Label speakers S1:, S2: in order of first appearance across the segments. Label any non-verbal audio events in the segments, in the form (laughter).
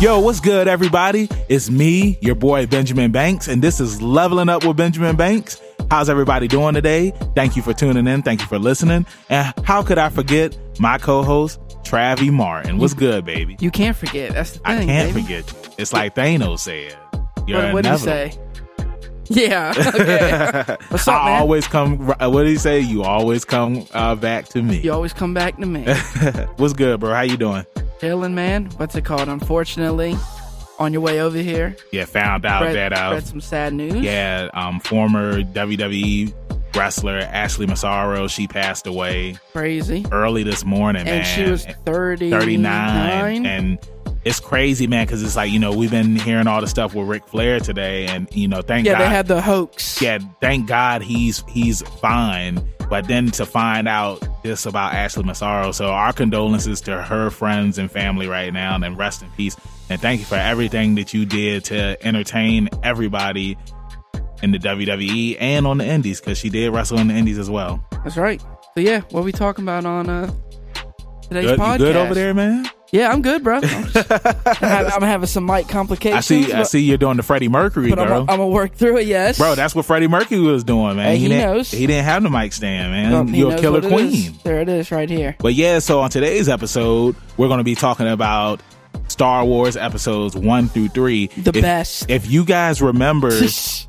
S1: Yo, what's good, everybody? It's me, your boy Benjamin Banks, and this is Leveling Up with Benjamin Banks. How's everybody doing today? Thank you for tuning in. Thank you for listening. And how could I forget my co host, Travie Martin? What's good, baby?
S2: You can't forget. That's the thing.
S1: I can't
S2: Mm. baby.
S1: forget you. It's like Thanos said.
S2: What, what do
S1: (laughs)
S2: you say? Yeah. Okay. What's up,
S1: I
S2: man?
S1: always come. uh, What do you say? You always come uh, back to me.
S2: you always come back to me.
S1: (laughs) What's good, bro? How you doing?
S2: Chilling, man. What's it called? Unfortunately, on your way over here,
S1: Yeah, found out
S2: read,
S1: that uh,
S2: read some sad news.
S1: yeah, um, former WWE wrestler Ashley Massaro she passed away
S2: Crazy.
S1: early this morning, man.
S2: And she was 39.
S1: 39 and it's crazy man because it's like you know we've been hearing all the stuff with Ric Flair today and you know thank
S2: yeah,
S1: God
S2: they had the hoax.
S1: yeah, thank God he's he's fine. But then to find out this about Ashley Massaro, so our condolences to her friends and family right now, and rest in peace. And thank you for everything that you did to entertain everybody in the WWE and on the Indies, because she did wrestle in the Indies as well.
S2: That's right. So, yeah, what we talking about on uh, today's
S1: Good, you
S2: podcast?
S1: good over there, man.
S2: Yeah, I'm
S1: (laughs)
S2: good, bro. I'm, just- I'm having- I'm having some mic complications.
S1: I see. I
S2: but-
S1: see you're doing the Freddie Mercury,
S2: But I'm
S1: girl.
S2: going to work through it, yes.
S1: Bro, that's what Freddie Mercury was doing, man.
S2: Hey, he
S1: didn't,
S2: knows.
S1: He didn't have the mic stand, man.
S2: Well, he
S1: You're a
S2: knows
S1: killer
S2: what it is.
S1: queen.
S2: There it is right here.
S1: But yeah, so on today's episode, we're going to be talking about Star Wars episodes one through three.
S2: The
S1: If-
S2: best.
S1: If you guys
S2: (laughs)
S1: remember,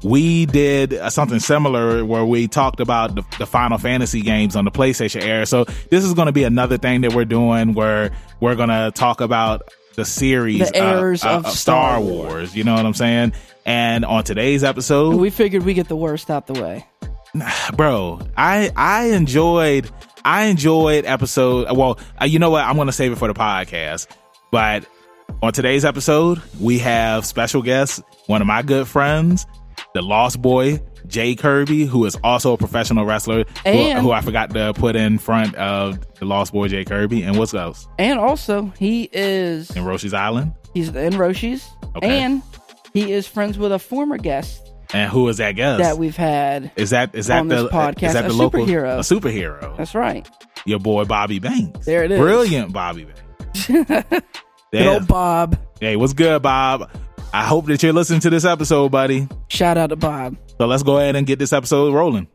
S1: we did uh, something similar where we talked about the, the Final Fantasy games on the PlayStation era. So this is going to be another thing that we're doing where we're going to talk about the series uh,
S2: The errors of Star
S1: Wars. You know what I'm saying? And on today's episode,
S2: We figured we get the worst out the way.
S1: bro i i enjoyed i enjoyed episode well uh, you know what i'm gonna save it for the podcast but on today's episode we have special guests one of my good friends the lost boy jay kirby who is also a professional wrestler who,
S2: And-
S1: who i forgot to put in front of the lost boy jay kirby and what's else
S2: And also, he is
S1: in roshi's island
S2: he's in Roshi's,
S1: Okay.
S2: and he is friends with a former guest
S1: and who is that guest
S2: that we've had.
S1: is that is that
S2: on
S1: the
S2: this podcast,
S1: is that
S2: a
S1: the local
S2: superhero.
S1: a superhero
S2: That's right,
S1: your boy Bobby Banks.
S2: There it is.
S1: Brilliant Bobby Banks.
S2: (laughs) good
S1: Yeah.
S2: old Bob.
S1: hey, what's good, Bob? I hope that you're listening to this episode, buddy.
S2: Shout out to Bob.
S1: So let's go ahead and get this episode rolling.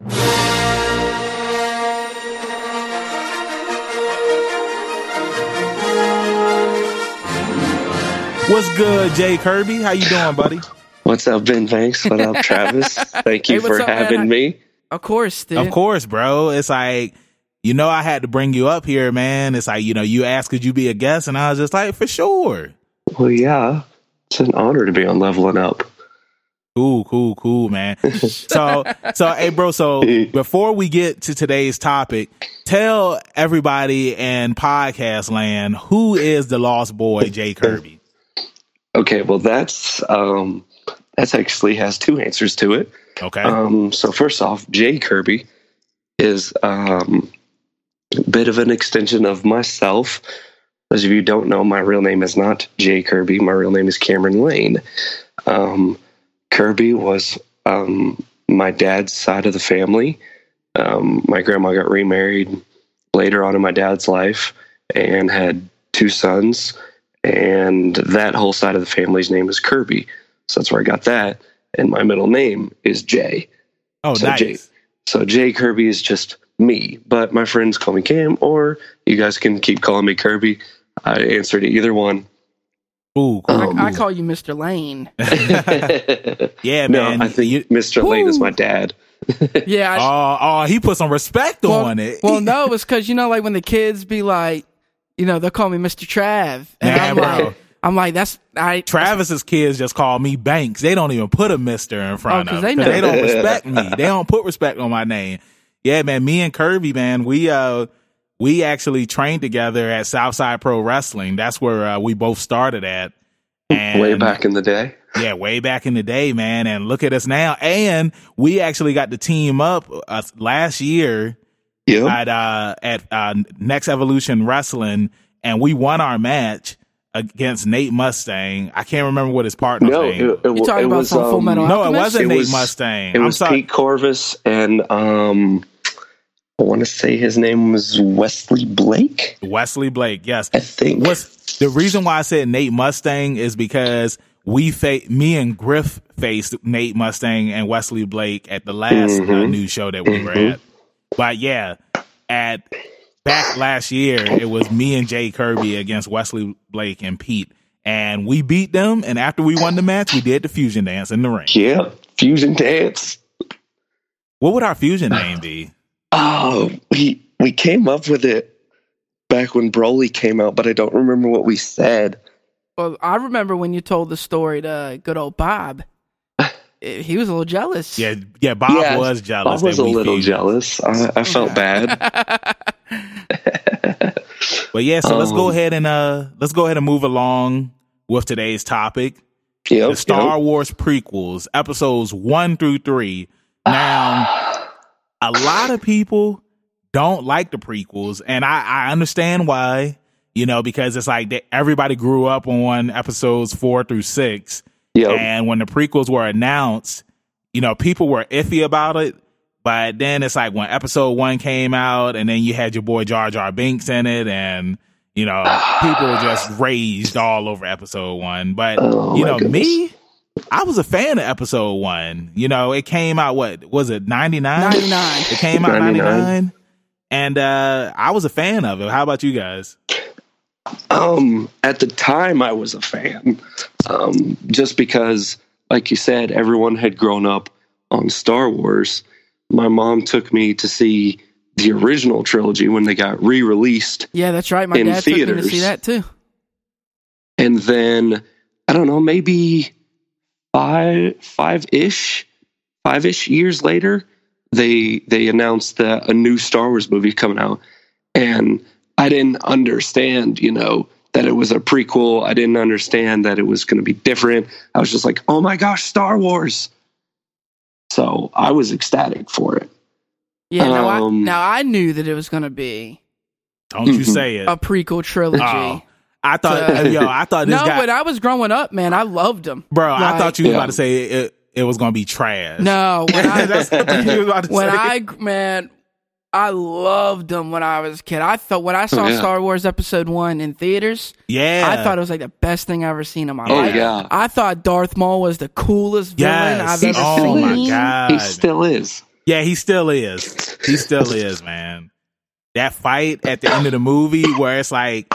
S1: What's good, Jay Kirby? How you doing, buddy?
S3: What's up, Ben Banks? What up,
S2: (laughs)
S3: Travis? Thank you
S2: Hey, what's
S3: for
S2: up, man?
S3: having
S2: I-
S3: me.
S2: Of course, dude.
S1: Of course, bro. It's like, you know, I had to bring you up here, man. It's like, you know, you asked could you be a guest, and I was just like, for sure.
S3: Well, yeah, it's an honor to be on Leveling Up.
S1: Cool, cool, cool,
S3: (laughs)
S1: man. so, so, hey, bro. So, before we get to today's topic, tell everybody in podcast land who is the lost boy, Jay Kirby.
S3: Okay, well, that's um, that's actually has two answers to it.
S1: Okay,
S3: Um, so first off, Jay Kirby is um, a bit of an extension of myself. Those of you who don't know, my real name is not Jay Kirby. My real name is Cameron Lane. Um, Kirby was um, my dad's side of the family. Um, my grandma got remarried later on in my dad's life and had two sons. And that whole side of the family's name is Kirby. So that's where I got that. And my middle name is Jay.
S1: oh,
S3: so
S1: nice.
S3: Jay- So Jay Kirby is just me, but my friends call me Cam, or you guys can keep calling me Kirby. I answer to either
S1: (laughs)
S3: one. (laughs)
S1: Cool, cool.
S3: Um,
S2: I call you
S1: (laughs)
S2: Mr. Lane.
S1: yeah,
S3: no,
S1: man.
S3: I think
S1: You-
S3: Mr. Lane is my dad.
S2: Yeah. I,
S1: oh, oh, he put some respect
S2: well,
S1: on it.
S2: well, no, it's because you know, like when the kids be like, you know, they'll call me Mr. Trav, and
S1: Nah,
S2: I'm
S1: bro.
S2: like, I'm like, that's I.
S1: Travis's kids just call me Banks. They don't even put a Mister in front
S2: Oh, 'cause
S1: of
S2: they
S1: them. 'cause
S2: know.
S1: They
S2: (laughs)
S1: don't respect me. They don't put respect on my name. Yeah, man. Me and Kirby, man, we uh we actually trained together at Southside Pro Wrestling. That's where uh, we both started
S2: (laughs)
S1: at. And
S3: Way back in the day.
S1: yeah, way back in the day, man. And look at us now. And we actually got to team up uh, last year
S3: Yeah.
S1: at uh at uh Next Evolution Wrestling, and we won our match against Nate Mustang. I can't remember what his partner
S3: No, it,
S1: name.
S3: it,
S1: was.
S2: You talking
S3: it
S2: about
S3: was
S2: from Full
S3: um,
S2: Metal
S1: no, it
S2: Alchemist?
S1: wasn't
S3: It
S1: Nate
S3: was-
S1: Mustang.
S3: it
S1: I'm
S3: was
S1: sorry.
S3: Pete Corvis and um, I want to say his name was Wesley Blake.
S1: Wesley Blake, yes.
S3: I think.
S1: What's the reason why I said Nate Mustang is because we fa- me and Griff faced Nate Mustang and Wesley Blake at the last uh,
S3: Mhm.
S1: news show that we were
S3: Mhm.
S1: at. But yeah, at back last year, it was me and Jay Kirby against Wesley Blake and Pete, and we beat them. And after we won the match, we did the fusion dance in the ring.
S3: yeah, fusion dance.
S1: What would our fusion name be?
S3: Oh, we we came up with it back when Broly came out, but I don't remember what we said.
S2: Well, I remember when you told the story to good
S1: (laughs)
S2: old Bob. Eh, He was a little jealous.
S1: Yeah, yeah. Bob
S3: Yeah,
S1: was jealous.
S3: I was
S1: that
S3: a
S1: we
S3: little
S1: fused.
S3: jealous. I, I
S2: (laughs)
S3: felt bad.
S1: But yeah, so let's go
S3: Um,
S1: ahead and uh let's go ahead and move along with today's topic.
S3: Yep,
S1: the Star Wars prequels, episodes one through three. Now,
S3: yep.
S1: a lot of people don't like the prequels, and I, I understand why. You know, because it's like they, everybody grew up on episodes four through six,
S3: Yep.
S1: and when the prequels were announced, you know, people were iffy about it. But then it's like when episode one came out, and then you had your boy Jar Jar Binks in it, and you
S3: (sighs)
S1: know, people just raged all over episode one. But
S3: Oh,
S1: you
S3: my
S1: know,
S3: goodness.
S1: me, I was a fan of episode one. You know, it came out what was it, ninety nine?
S2: 99.
S1: It came out ninety
S3: 99.
S1: nine. And uh I was a fan of it. How about you guys?
S3: Um, at the time, I was a fan, um, just because, like you said, everyone had grown up on Star Wars. My mom took me to see the original trilogy when they got re-released,
S2: Yeah, that's right. My
S3: In
S2: dad took me to see
S3: theaters.
S2: that too.
S3: and then I don't know, maybe five five ish, five ish years later, they they announced that a new Star Wars movie coming out, and I didn't understand, you know, that it was a prequel. I didn't understand that it was going to be different. I was just like, oh my gosh, Star Wars! So I was ecstatic for it.
S2: Yeah. now, I,
S3: Um,
S2: now I knew that it was going to be
S1: Don't
S3: (laughs)
S1: you
S3: Mhm.
S1: say it.
S2: a prequel trilogy.
S1: Oh, I thought
S3: Uh,
S1: yo, I thought this
S2: (laughs) no,
S1: guy
S2: when I was growing up, man, I loved them.
S1: Bro, I
S2: Like-
S1: thought you was
S3: Yeah.
S1: about to say it, it was gonna be trash. (laughs)
S2: No, when I,
S1: That's what you was about to
S2: when
S1: say.
S2: I man, I loved them when I was a kid. I thought when I saw
S3: Oh, yeah.
S2: Star Wars Episode One in theaters,
S1: yeah,
S2: I thought it was like the best thing I ever seen in my
S3: Oh,
S2: life.
S3: yeah.
S2: I thought Darth Maul was the coolest villain
S1: Yes.
S2: I've ever
S1: oh
S2: seen.
S1: my god.
S3: He still is.
S1: yeah, he still is. He still is, man. That fight at the end of the movie where it's like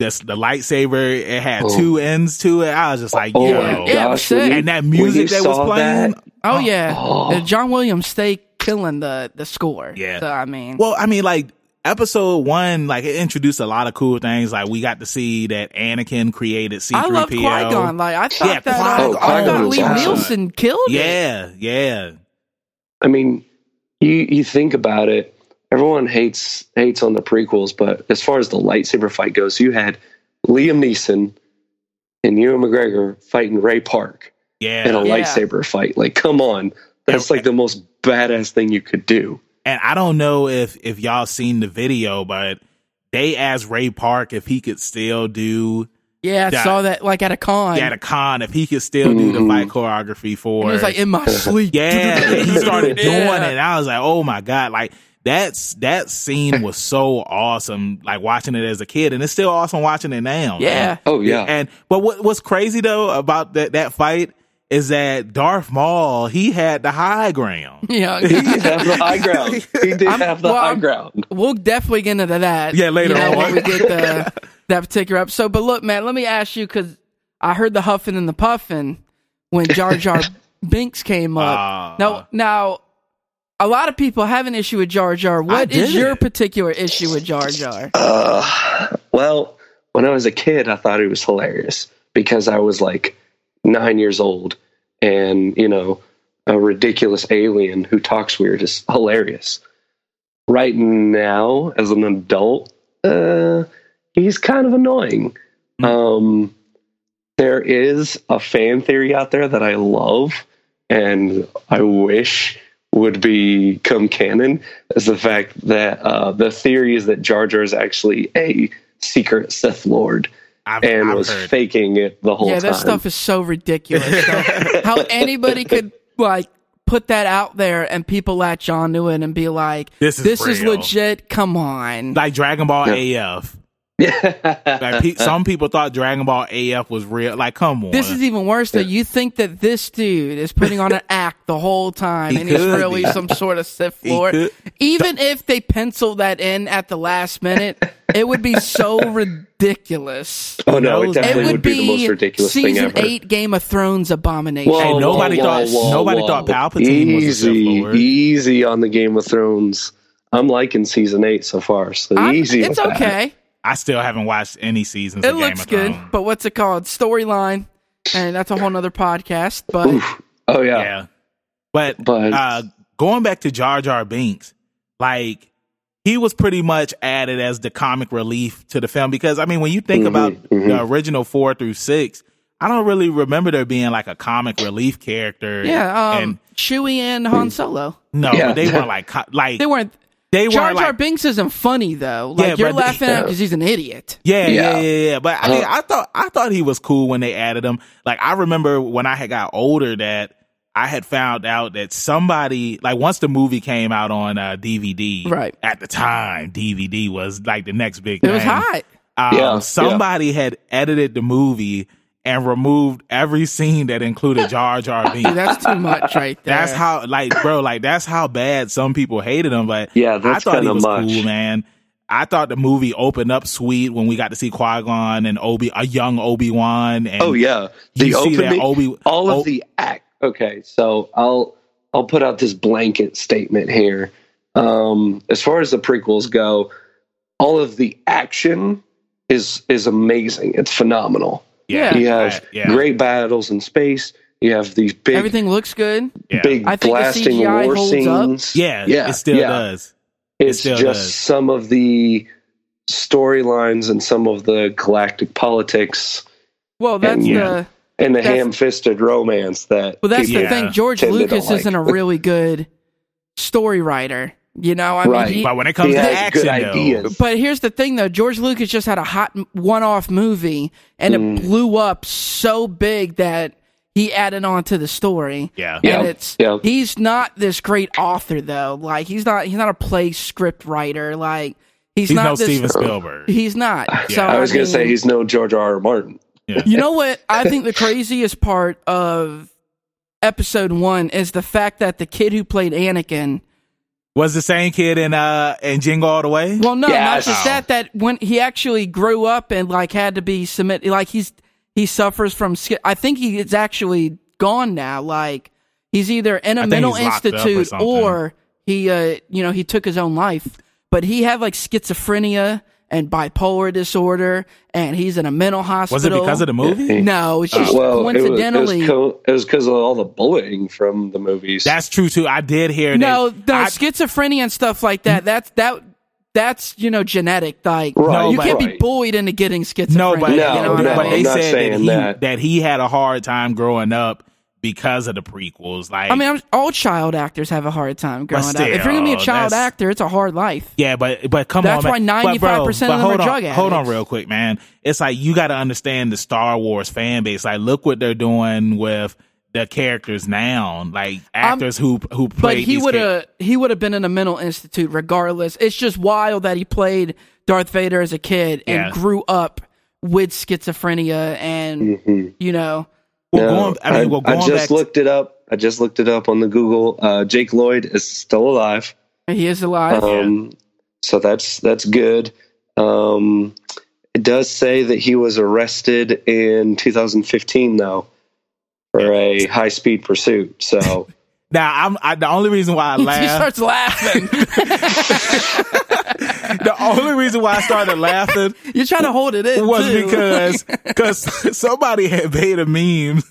S1: this the lightsaber, it had
S3: Oh.
S1: two ends to it. I was just like,
S3: Oh
S1: yo.
S3: my
S2: Yeah, I'm
S3: gosh! when
S2: sick.
S3: you-
S1: And that
S3: when you
S1: music that was
S3: saw
S1: playing.
S3: that-
S2: Oh yeah,
S3: Oh.
S2: The John Williams stay killing the the score.
S1: Yeah.
S2: so, I mean,
S1: Well, I mean, like episode one, like it introduced a lot of cool things. Like we got to see that Anakin created C
S2: I
S1: three
S2: love Qui Gon.
S1: PO.
S2: Like I thought
S1: Yeah,
S2: that
S1: Qui-Gon.
S2: uh, I
S3: Oh,
S2: thought
S3: Qui-Gon
S2: Lee
S3: was awesome.
S2: Nielsen killed it.
S1: Yeah, yeah.
S3: I mean, you you think about it, everyone hates hates on the prequels, but as far as the lightsaber fight goes, you had Liam Neeson and Ewan McGregor fighting Ray Park
S1: Yeah.
S3: in a
S2: Yeah.
S3: lightsaber fight. Like, come on, that's like the most badass thing you
S2: (laughs)
S3: could do.
S1: And I don't know if if y'all seen the video, but they asked Ray Park if he could still do
S2: Yeah, I
S1: Yeah.
S2: saw that like at a con.
S1: at a con, if he could still do the
S3: Mhm.
S1: fight choreography for.
S2: And it was like in my sleep. (laughs)
S1: yeah, he started doing
S2: Yeah.
S1: it. And I was like, oh my god, like that's that scene was so awesome. Like watching it as a kid, and it's still awesome watching it now. man.
S2: Yeah.
S3: Oh yeah,
S1: And but what what's crazy though about that that fight is that Darth Maul he had the high ground. (laughs)
S3: he
S2: Yeah.
S3: did have the high ground. He did
S2: I'm-
S3: have the
S2: well,
S3: high
S2: I'm-
S3: ground.
S2: we'll definitely get into that.
S1: Yeah, later
S2: you know,
S1: on.
S2: when we get
S1: (laughs)
S2: the, that particular episode. But look, man, let me ask you because I heard the huffing and the puffing when
S1: (laughs)
S2: Jar Jar Binks came up.
S1: Uh,
S2: now, now, a lot of people have an issue with Jar Jar. What is
S1: did
S2: your
S1: it.
S2: particular issue with Jar Jar?
S3: Uh, well, when I was a kid, I thought it was hilarious because I was like nine years old, and you know, a ridiculous alien who talks weird is hilarious. Right now, as an adult, uh, he's kind of annoying. Um, there is a fan theory out there that I love and I wish would become canon is the fact that uh, the theory is that Jar Jar is actually a secret Sith Lord
S1: I've,
S3: and
S1: I've
S3: was
S1: heard.
S3: faking it the whole
S2: Yeah,
S1: (laughs)
S3: time.
S2: that stuff is so ridiculous. How anybody could like put that out there and people latch onto it and be like,
S1: This is
S2: this is
S1: real.
S2: legit. Come on.
S1: Like Dragon Ball AF. Like
S3: (laughs)
S1: pe- some people thought Dragon Ball AF was real. Like, come on.
S2: This is even worse though. You think that this dude is putting on an act the whole time
S1: He
S2: and he's
S1: could
S2: really
S1: be.
S2: some sort of Sith
S1: He
S2: Lord.
S1: could-
S2: Even if they pencil that in at the last minute, it would be so ridiculous.
S3: (laughs) oh no, it
S2: It
S3: definitely
S2: would,
S3: would be the most ridiculous thing
S2: season
S3: ever.
S2: eight Game of Thrones abomination.
S3: Whoa,
S1: Hey, nobody
S3: whoa,
S1: thought-
S3: whoa,
S1: nobody
S3: whoa.
S1: thought Palpatine was a Sith
S3: easy,
S1: Lord.
S3: Easy on the Game of Thrones. I'm liking season eight so far, so
S2: I'm-
S3: easy.
S2: it's
S3: with that.
S2: okay.
S1: I still haven't watched any seasons
S2: It
S1: of Game
S2: looks
S1: of
S2: good,
S1: Thrones.
S2: but what's it called? Storyline, and that's a whole nother podcast. But
S3: Oh yeah.
S1: yeah. But
S3: But-
S1: uh, going back to Jar Jar Binks, like he was pretty much added as the comic relief to the film because I mean, when you think
S3: Mhm,
S1: about
S3: mhm.
S1: the original four through six, I don't really remember there being like a comic relief character.
S2: yeah,
S1: and
S2: um, Chewie and Han Solo.
S1: no,
S3: Yeah.
S1: but they
S3: (laughs)
S1: weren't like co- like
S2: They weren't.
S1: they weren't
S2: Jar Jar
S1: like
S2: Binks isn't funny though. Like
S1: Yeah,
S2: you're
S1: but-
S2: laughing at him because he's an idiot.
S1: Yeah, yeah,
S3: Yeah.
S1: yeah, yeah. But I mean,
S3: Uh,
S1: I thought I thought he was cool when they added him. Like I remember when I had got older that I had found out that somebody like once the movie came out on uh, DVD,
S2: Right.
S1: At the time, DVD was like the next big.
S2: It
S1: thing.
S2: was hot.
S1: Um,
S3: Yeah,
S1: somebody had edited the movie and removed every scene that included Jar Jar
S2: Dude, (laughs)
S1: Binks.
S2: that's too much right
S1: (laughs)
S2: there.
S1: That's how, like, bro, like that's how bad some people hated him. But
S3: Yeah, that's
S1: I thought he
S3: kinda
S1: was
S3: much.
S1: cool, man. I thought the movie opened up sweet when we got to see Qui Gon and Obi, a young Obi Wan.
S3: Oh yeah. The
S1: you see that
S3: opening.
S1: Obi,
S3: all of
S1: Oh.
S3: the act. Okay, so I'll I'll put out this blanket statement here. Um, as far as the prequels go, all of the action is is amazing. It's phenomenal.
S2: Yeah.
S3: You have
S1: yeah,
S3: great battles in space. You have these big
S2: Everything looks good.
S1: yeah.
S3: big
S2: I think the
S3: blasting
S2: CGI
S3: war
S2: holds up.
S3: scenes.
S1: yeah,
S3: yeah,
S1: it still
S3: yeah.
S1: does.
S3: it's
S1: still
S3: just
S1: does.
S3: some of the storylines and some of the galactic politics
S2: Well, that's
S3: Yeah.
S2: the
S3: and the
S2: That's-
S3: ham-fisted romance that
S2: well, that's
S1: Yeah.
S2: the thing. George
S3: Tend to
S2: Lucas
S3: don't like.
S2: isn't a
S3: (laughs)
S2: really good story writer. You know, I
S3: Right.
S2: mean, he-
S1: But when it comes
S3: He
S1: to
S3: has
S1: action,
S3: good
S1: though,
S3: ideas.
S2: But here's the thing, though. George Lucas just had a hot m- one-off movie, and it
S3: Mm.
S2: blew up so big that he added on to the story.
S1: yeah,
S3: Yeah.
S2: And it's
S3: yeah.
S2: he's not this great author though. Like he's not he's not a play script writer. Like he's,
S1: he's
S2: not
S1: no
S2: this,
S1: Steven Spielberg.
S2: He's not. So
S3: I was going to
S2: mean,
S3: say he's no George R. R. Martin.
S2: You know what? I think the craziest part of episode one is the fact that the kid who played Anakin.
S1: Was the same kid in uh in Jingle All the Way?
S2: Well, no,
S3: Yes.
S2: not just that. That when he actually grew up and like had to be submit, like he's he suffers from. sch- I think he is actually gone now. Like he's either in a
S1: think
S2: mental
S1: he's locked up or
S2: institute
S1: something.
S2: or he, uh, you know, he took his own life. But he had like schizophrenia and bipolar disorder, and he's in a mental hospital.
S1: was it because of the movie?
S2: No, it's just
S3: Uh, Well, it was-
S2: coincidentally.
S3: it was co- it was because of all the bullying from the movies.
S1: That's true too. I did hear
S2: no,
S1: that.
S2: no,
S1: I- Mm-hmm.
S2: schizophrenia and stuff like that. That's that. That's you know genetic. Like
S3: Right,
S2: you
S1: but-
S2: can't be
S3: right.
S2: bullied into getting schizophrenia.
S1: No, but,
S2: you
S3: No,
S2: know what
S3: no,
S2: I
S1: but
S2: mean?
S1: they
S3: I'm not
S1: said that
S3: saying
S1: he, that.
S3: that.
S1: he had a hard time growing up because of the prequels. Like,
S2: I mean, I'm, all child actors have a hard time growing up. If you're gonna be a
S1: still,
S2: child
S1: that's-
S2: actor, it's a hard life.
S1: yeah, but but come
S2: That's
S1: on,
S2: why
S1: man. But, bro,
S2: 95%
S1: but
S2: of them are
S1: hold on,
S2: drug
S1: Hold on,
S2: addicts.
S1: real quick, man. It's like you got to understand the Star Wars fan base. Like, look what they're doing with the characters now. Like actors who who played.
S2: But he
S1: these
S2: would
S1: char-
S2: have he would have been in a mental institute regardless. It's just wild that he played Darth Vader as a kid and
S1: Yeah.
S2: grew up with schizophrenia and
S3: Mhm.
S2: you know
S1: Well,
S3: No,
S1: going, I mean, well, going back.
S3: just
S1: to-
S3: looked it up. I just looked it up on the Google. Uh, Jake Lloyd is still alive,
S2: (laughs) he is
S1: Uh,
S2: alive.
S3: um, so that's that's good. Um, it does say that he was arrested in 2015, though, for a high speed pursuit.
S1: (laughs)
S3: So
S1: now, I'm I, the only reason why I
S2: (laughs) he
S1: laugh.
S2: starts
S1: (laughs)
S2: laughing.
S1: the only reason why I started
S2: (laughs)
S1: laughing
S2: You're trying to hold it in.
S1: was
S2: too.
S1: because because (laughs) somebody had made a meme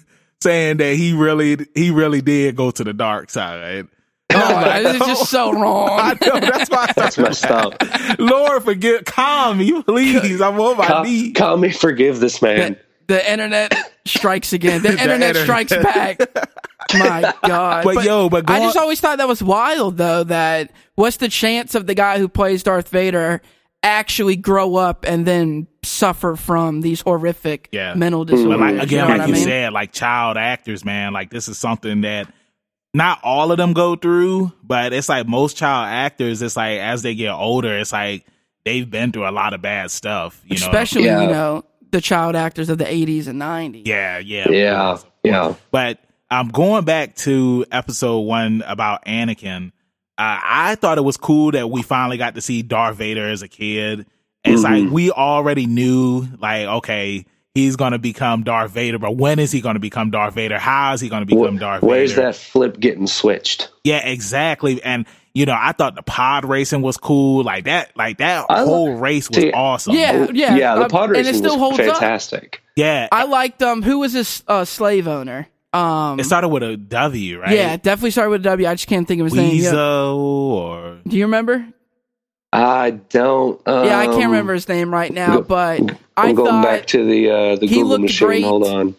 S1: saying that he really he really did go to the dark side.
S2: Oh, this is just so
S1: I
S2: wrong.
S1: know that's why. I
S3: that's messed up.
S1: Lord, forgive, calm me, please. I'm on my
S3: Call,
S1: knees.
S3: call me, forgive this man.
S2: The internet strikes again.
S1: (laughs)
S2: The,
S1: The
S2: internet,
S1: internet.
S2: strikes back. My God.
S1: But yo, but
S2: I
S1: going-
S2: just always thought that was wild though, that what's the chance of the guy who plays Darth Vader actually grow up and then suffer from these horrific
S1: Yeah.
S2: mental
S1: But
S2: disorders?
S1: like again,
S2: you know
S1: like
S2: what I
S1: you
S2: mean?
S1: said, like child actors, man, like this is something that not all of them go through, but it's like most child actors, it's like as they get older, it's like they've been through a lot of bad stuff, you know.
S2: especially
S3: Yeah.
S2: you know the child actors of the 80s and 90s.
S1: yeah, yeah. of
S3: Yeah,
S1: course, of
S3: yeah.
S1: course. But I'm going back to episode one about Anakin. Uh, I thought it was cool that we finally got to see Darth Vader as a kid. It's like
S3: Mhm.
S1: we already knew, like, okay, he's going to become Darth Vader, but when is he going to become Darth Vader? How is he going to become
S3: Wh-
S1: Darth
S3: Where's
S1: Vader?
S3: that flip getting switched?
S1: Yeah, exactly. And you know, I thought the pod racing was cool. Like that, like that
S3: I lo-
S1: whole race was
S3: See-
S1: awesome.
S2: Yeah, yeah,
S3: yeah. The
S2: uh,
S3: pod
S2: and it
S3: racing
S2: still
S3: was
S2: holds up.
S3: fantastic.
S1: yeah.
S2: I liked um who was this uh, slave owner? Um
S1: it started with a W, right?
S2: Yeah, definitely started with a W. I just can't think of his name.
S1: Weasel
S2: Yeah.
S1: or
S2: Do you remember?
S3: I don't. Um,
S2: Yeah, I can't remember his name right now,
S3: go-
S2: but I
S3: I'm going back
S2: thought
S3: to the uh, the
S2: he
S3: Google
S2: looked
S3: machine.
S2: great.
S3: Hold on.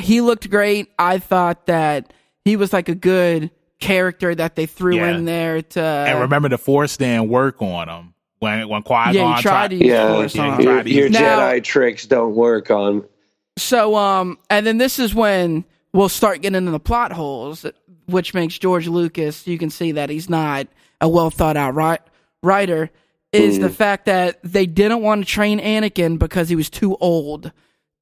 S2: he looked great. I thought that he was like a good character that they threw
S1: Yeah.
S2: in there to
S1: and remember the force didn't work on him when when Qui Gon
S2: Yeah, he tried to use
S3: Yeah,
S2: force
S1: yeah,
S2: on
S1: he
S2: him.
S1: tried
S3: Your,
S1: to use
S3: your
S1: it.
S2: Now-
S3: Jedi tricks don't work on.
S2: So, um, and then this is when we'll start getting into the plot holes, which makes George Lucas, you can see that he's not a well thought out ri- writer, is
S3: Mm.
S2: the fact that they didn't want to train Anakin because he was too old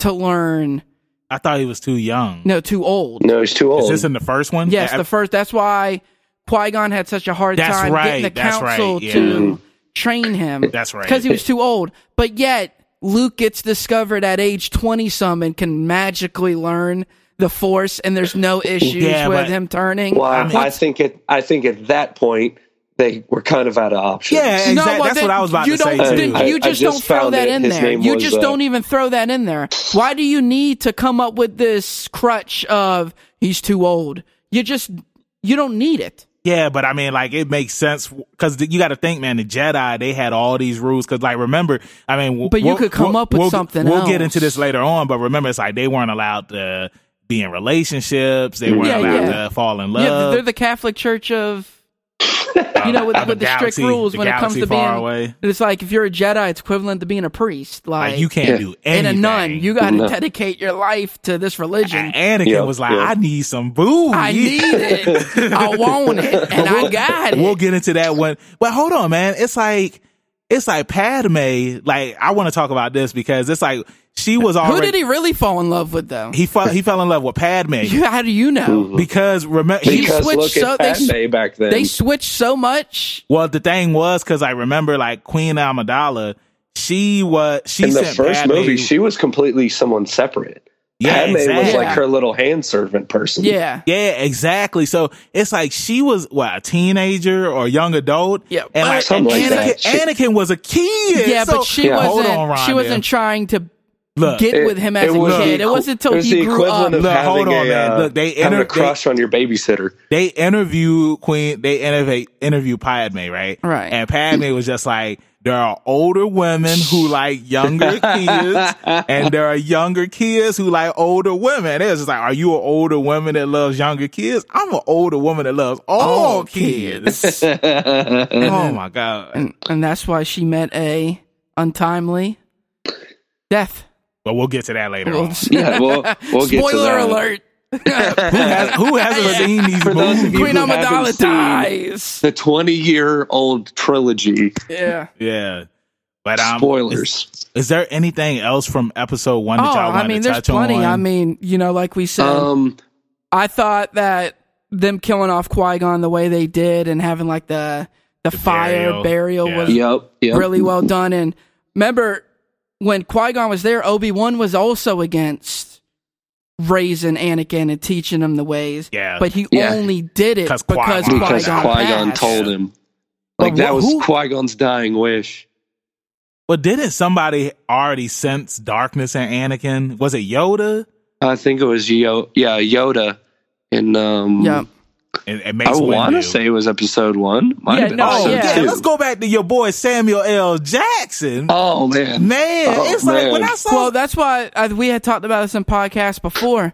S2: to learn.
S1: I thought he was too young.
S2: No, too old.
S3: No, he's too
S1: Is
S3: old.
S1: this in the first one?
S2: Yes,
S1: Yeah,
S2: the first. That's why Qui Gon had such a hard
S1: That's
S2: time
S1: right,
S2: getting the
S1: that's right,
S2: council
S1: yeah.
S2: to
S3: Mm-hmm.
S2: train him.
S1: That's right.
S2: because he was too old. But yet, Luke gets discovered at age twenty some and can magically learn the Force, and there's no issues
S1: (laughs) Yeah,
S2: with
S1: but-
S2: him turning.
S3: well, I,
S1: I mean-
S3: I think at I think at that point they were kind of out of options.
S1: yeah,
S2: No,
S1: exactly.
S2: well,
S1: That's
S2: then
S1: what I was about
S2: you
S1: to say
S2: don't,
S1: too.
S2: then
S3: I-
S2: you
S3: I
S2: just,
S3: just
S2: don't throw
S3: found
S2: that
S3: that
S2: in
S3: his
S2: there.
S3: name
S2: You
S3: was,
S2: just
S3: uh,
S2: don't even throw that in there. Why do you need to come up with this crutch of he's too old? You just you don't need it.
S1: Yeah, but I mean, like, it makes sense because you got to think, man. The Jedi they had all these rules because, like, remember, I mean, w-
S2: But you could come up with
S1: we'll,
S2: something
S1: We'll get
S2: else.
S1: into this later on, but remember, it's like they weren't allowed to be in relationships. They weren't
S2: Yeah,
S1: allowed
S2: yeah.
S1: to fall in
S2: Yeah,
S1: love.
S2: they're the Catholic Church of
S1: (laughs)
S2: you know with,
S1: Uh, of
S2: with the strict
S1: galaxy-
S2: rules
S1: the
S2: when it comes
S1: galaxy
S2: to being.
S1: far away.
S2: It's like if you're a Jedi, it's equivalent to being a priest. Like,
S1: Like, you can't
S3: Yeah.
S1: do anything.
S2: and a nun, you got to
S3: No.
S2: dedicate your life to this religion.
S1: And Anakin
S3: Yeah,
S1: was like,
S3: yeah.
S1: "I need some booze.
S2: I need
S1: (laughs)
S2: it. I want it, and I got it.
S1: We'll get into that one. But hold on, man. It's like it's like Padme. Like I want to talk about this because it's like she was already.
S2: Who did he really fall in love with, though?
S1: He fell. He fell in love with Padme
S2: You- how do you know?
S3: Mm-hmm.
S1: because remember.
S3: because
S2: switched
S3: look
S2: so-
S3: at
S2: they
S3: Padme back then.
S2: They switched so much.
S1: well, the thing was because I remember like Queen Amidala. She was. She
S3: in the
S1: sent
S3: first
S1: Padme-
S3: movie, she was completely someone separate.
S1: Yeah,
S3: Padme was
S1: exactly.
S3: like her little hand servant person.
S2: Yeah.
S1: Yeah, exactly. So it's like she was what a teenager or young adult.
S2: Yeah,
S1: and
S2: but-
S1: like,
S3: Something like
S1: Anakin,
S3: that. She-
S1: Anakin was a kid.
S2: Yeah,
S1: so,
S2: but she
S3: Yeah.
S1: Hold
S2: wasn't.
S1: on, Rhonda.
S2: she wasn't trying to
S1: Look,
S2: get
S3: It-
S2: with him as a
S3: it was
S2: kid.
S3: the-
S2: It wasn't until
S3: it was
S2: he
S3: the
S2: grew up.
S3: equivalent of
S1: Look,
S3: having,
S1: hold on,
S3: a,
S1: man.
S3: uh,
S1: Look, they
S3: having
S1: inter-
S3: a crush on your babysitter.
S1: they interview Queen, they interview, interview Padme, right?
S2: Right.
S1: And Padme was just like, there are older women who like younger
S2: (laughs)
S1: kids, and there are younger kids who like older women. It was just like, are you an older woman that loves younger kids? I'm an older woman that loves all
S2: All
S1: kids. (laughs)
S2: (laughs)
S1: oh my god!
S2: and, and that's why she met a untimely death.
S1: But we'll get to that later. on.
S3: (laughs) yeah, we'll, we'll get to
S2: Spoiler
S3: that.
S2: alert.
S1: Who, has, who hasn't
S2: (laughs)
S1: seen these
S3: For those of
S1: movies?
S3: you
S2: Queen
S3: who haven't
S2: Amidala
S3: seen- (laughs)
S2: dies.
S3: (laughs) The 20 year old trilogy.
S2: Yeah.
S1: yeah, but um, Is,
S3: Spoilers.
S1: is there anything else from episode one that
S2: Oh,
S1: y'all want
S2: I mean,
S1: to
S2: there's
S1: touch
S2: plenty.
S1: on?
S2: I mean, you know, like we said,
S3: Um,
S2: I thought that them killing off Qui Gon the way they did and having like the the,
S1: burial.
S2: fire burial
S1: Yeah.
S2: was
S3: Um, yep, yep.
S2: really well done. And remember when Qui Gon was there, Obi Wan was also against raising Anakin and teaching him the ways.
S1: Yeah.
S2: but he
S3: Yeah.
S2: only did it
S1: 'Cause Qui-Gon.
S2: because Qui Gon
S3: because Qui Gon
S2: passed.
S3: told him.
S2: But
S3: Like, that
S2: wh-
S3: was
S2: who-
S3: Qui Gon's dying wish.
S1: Well, didn't somebody already sense darkness in Anakin? Was it Yoda?
S3: I think it was Yo- yeah, Yoda. And, um,
S2: Yeah,
S1: It, it makes
S3: I want
S1: Windu.
S3: to say it was episode one. Might
S2: Yeah,
S3: have been
S2: no,
S1: Oh
S3: episode
S1: yeah,
S3: two.
S1: let's go back to your boy Samuel L. Jackson.
S3: Oh, man.
S1: man,
S3: Oh,
S1: it's like when
S3: man.
S1: I saw
S2: Well, that's why I, we had talked about this in podcasts before.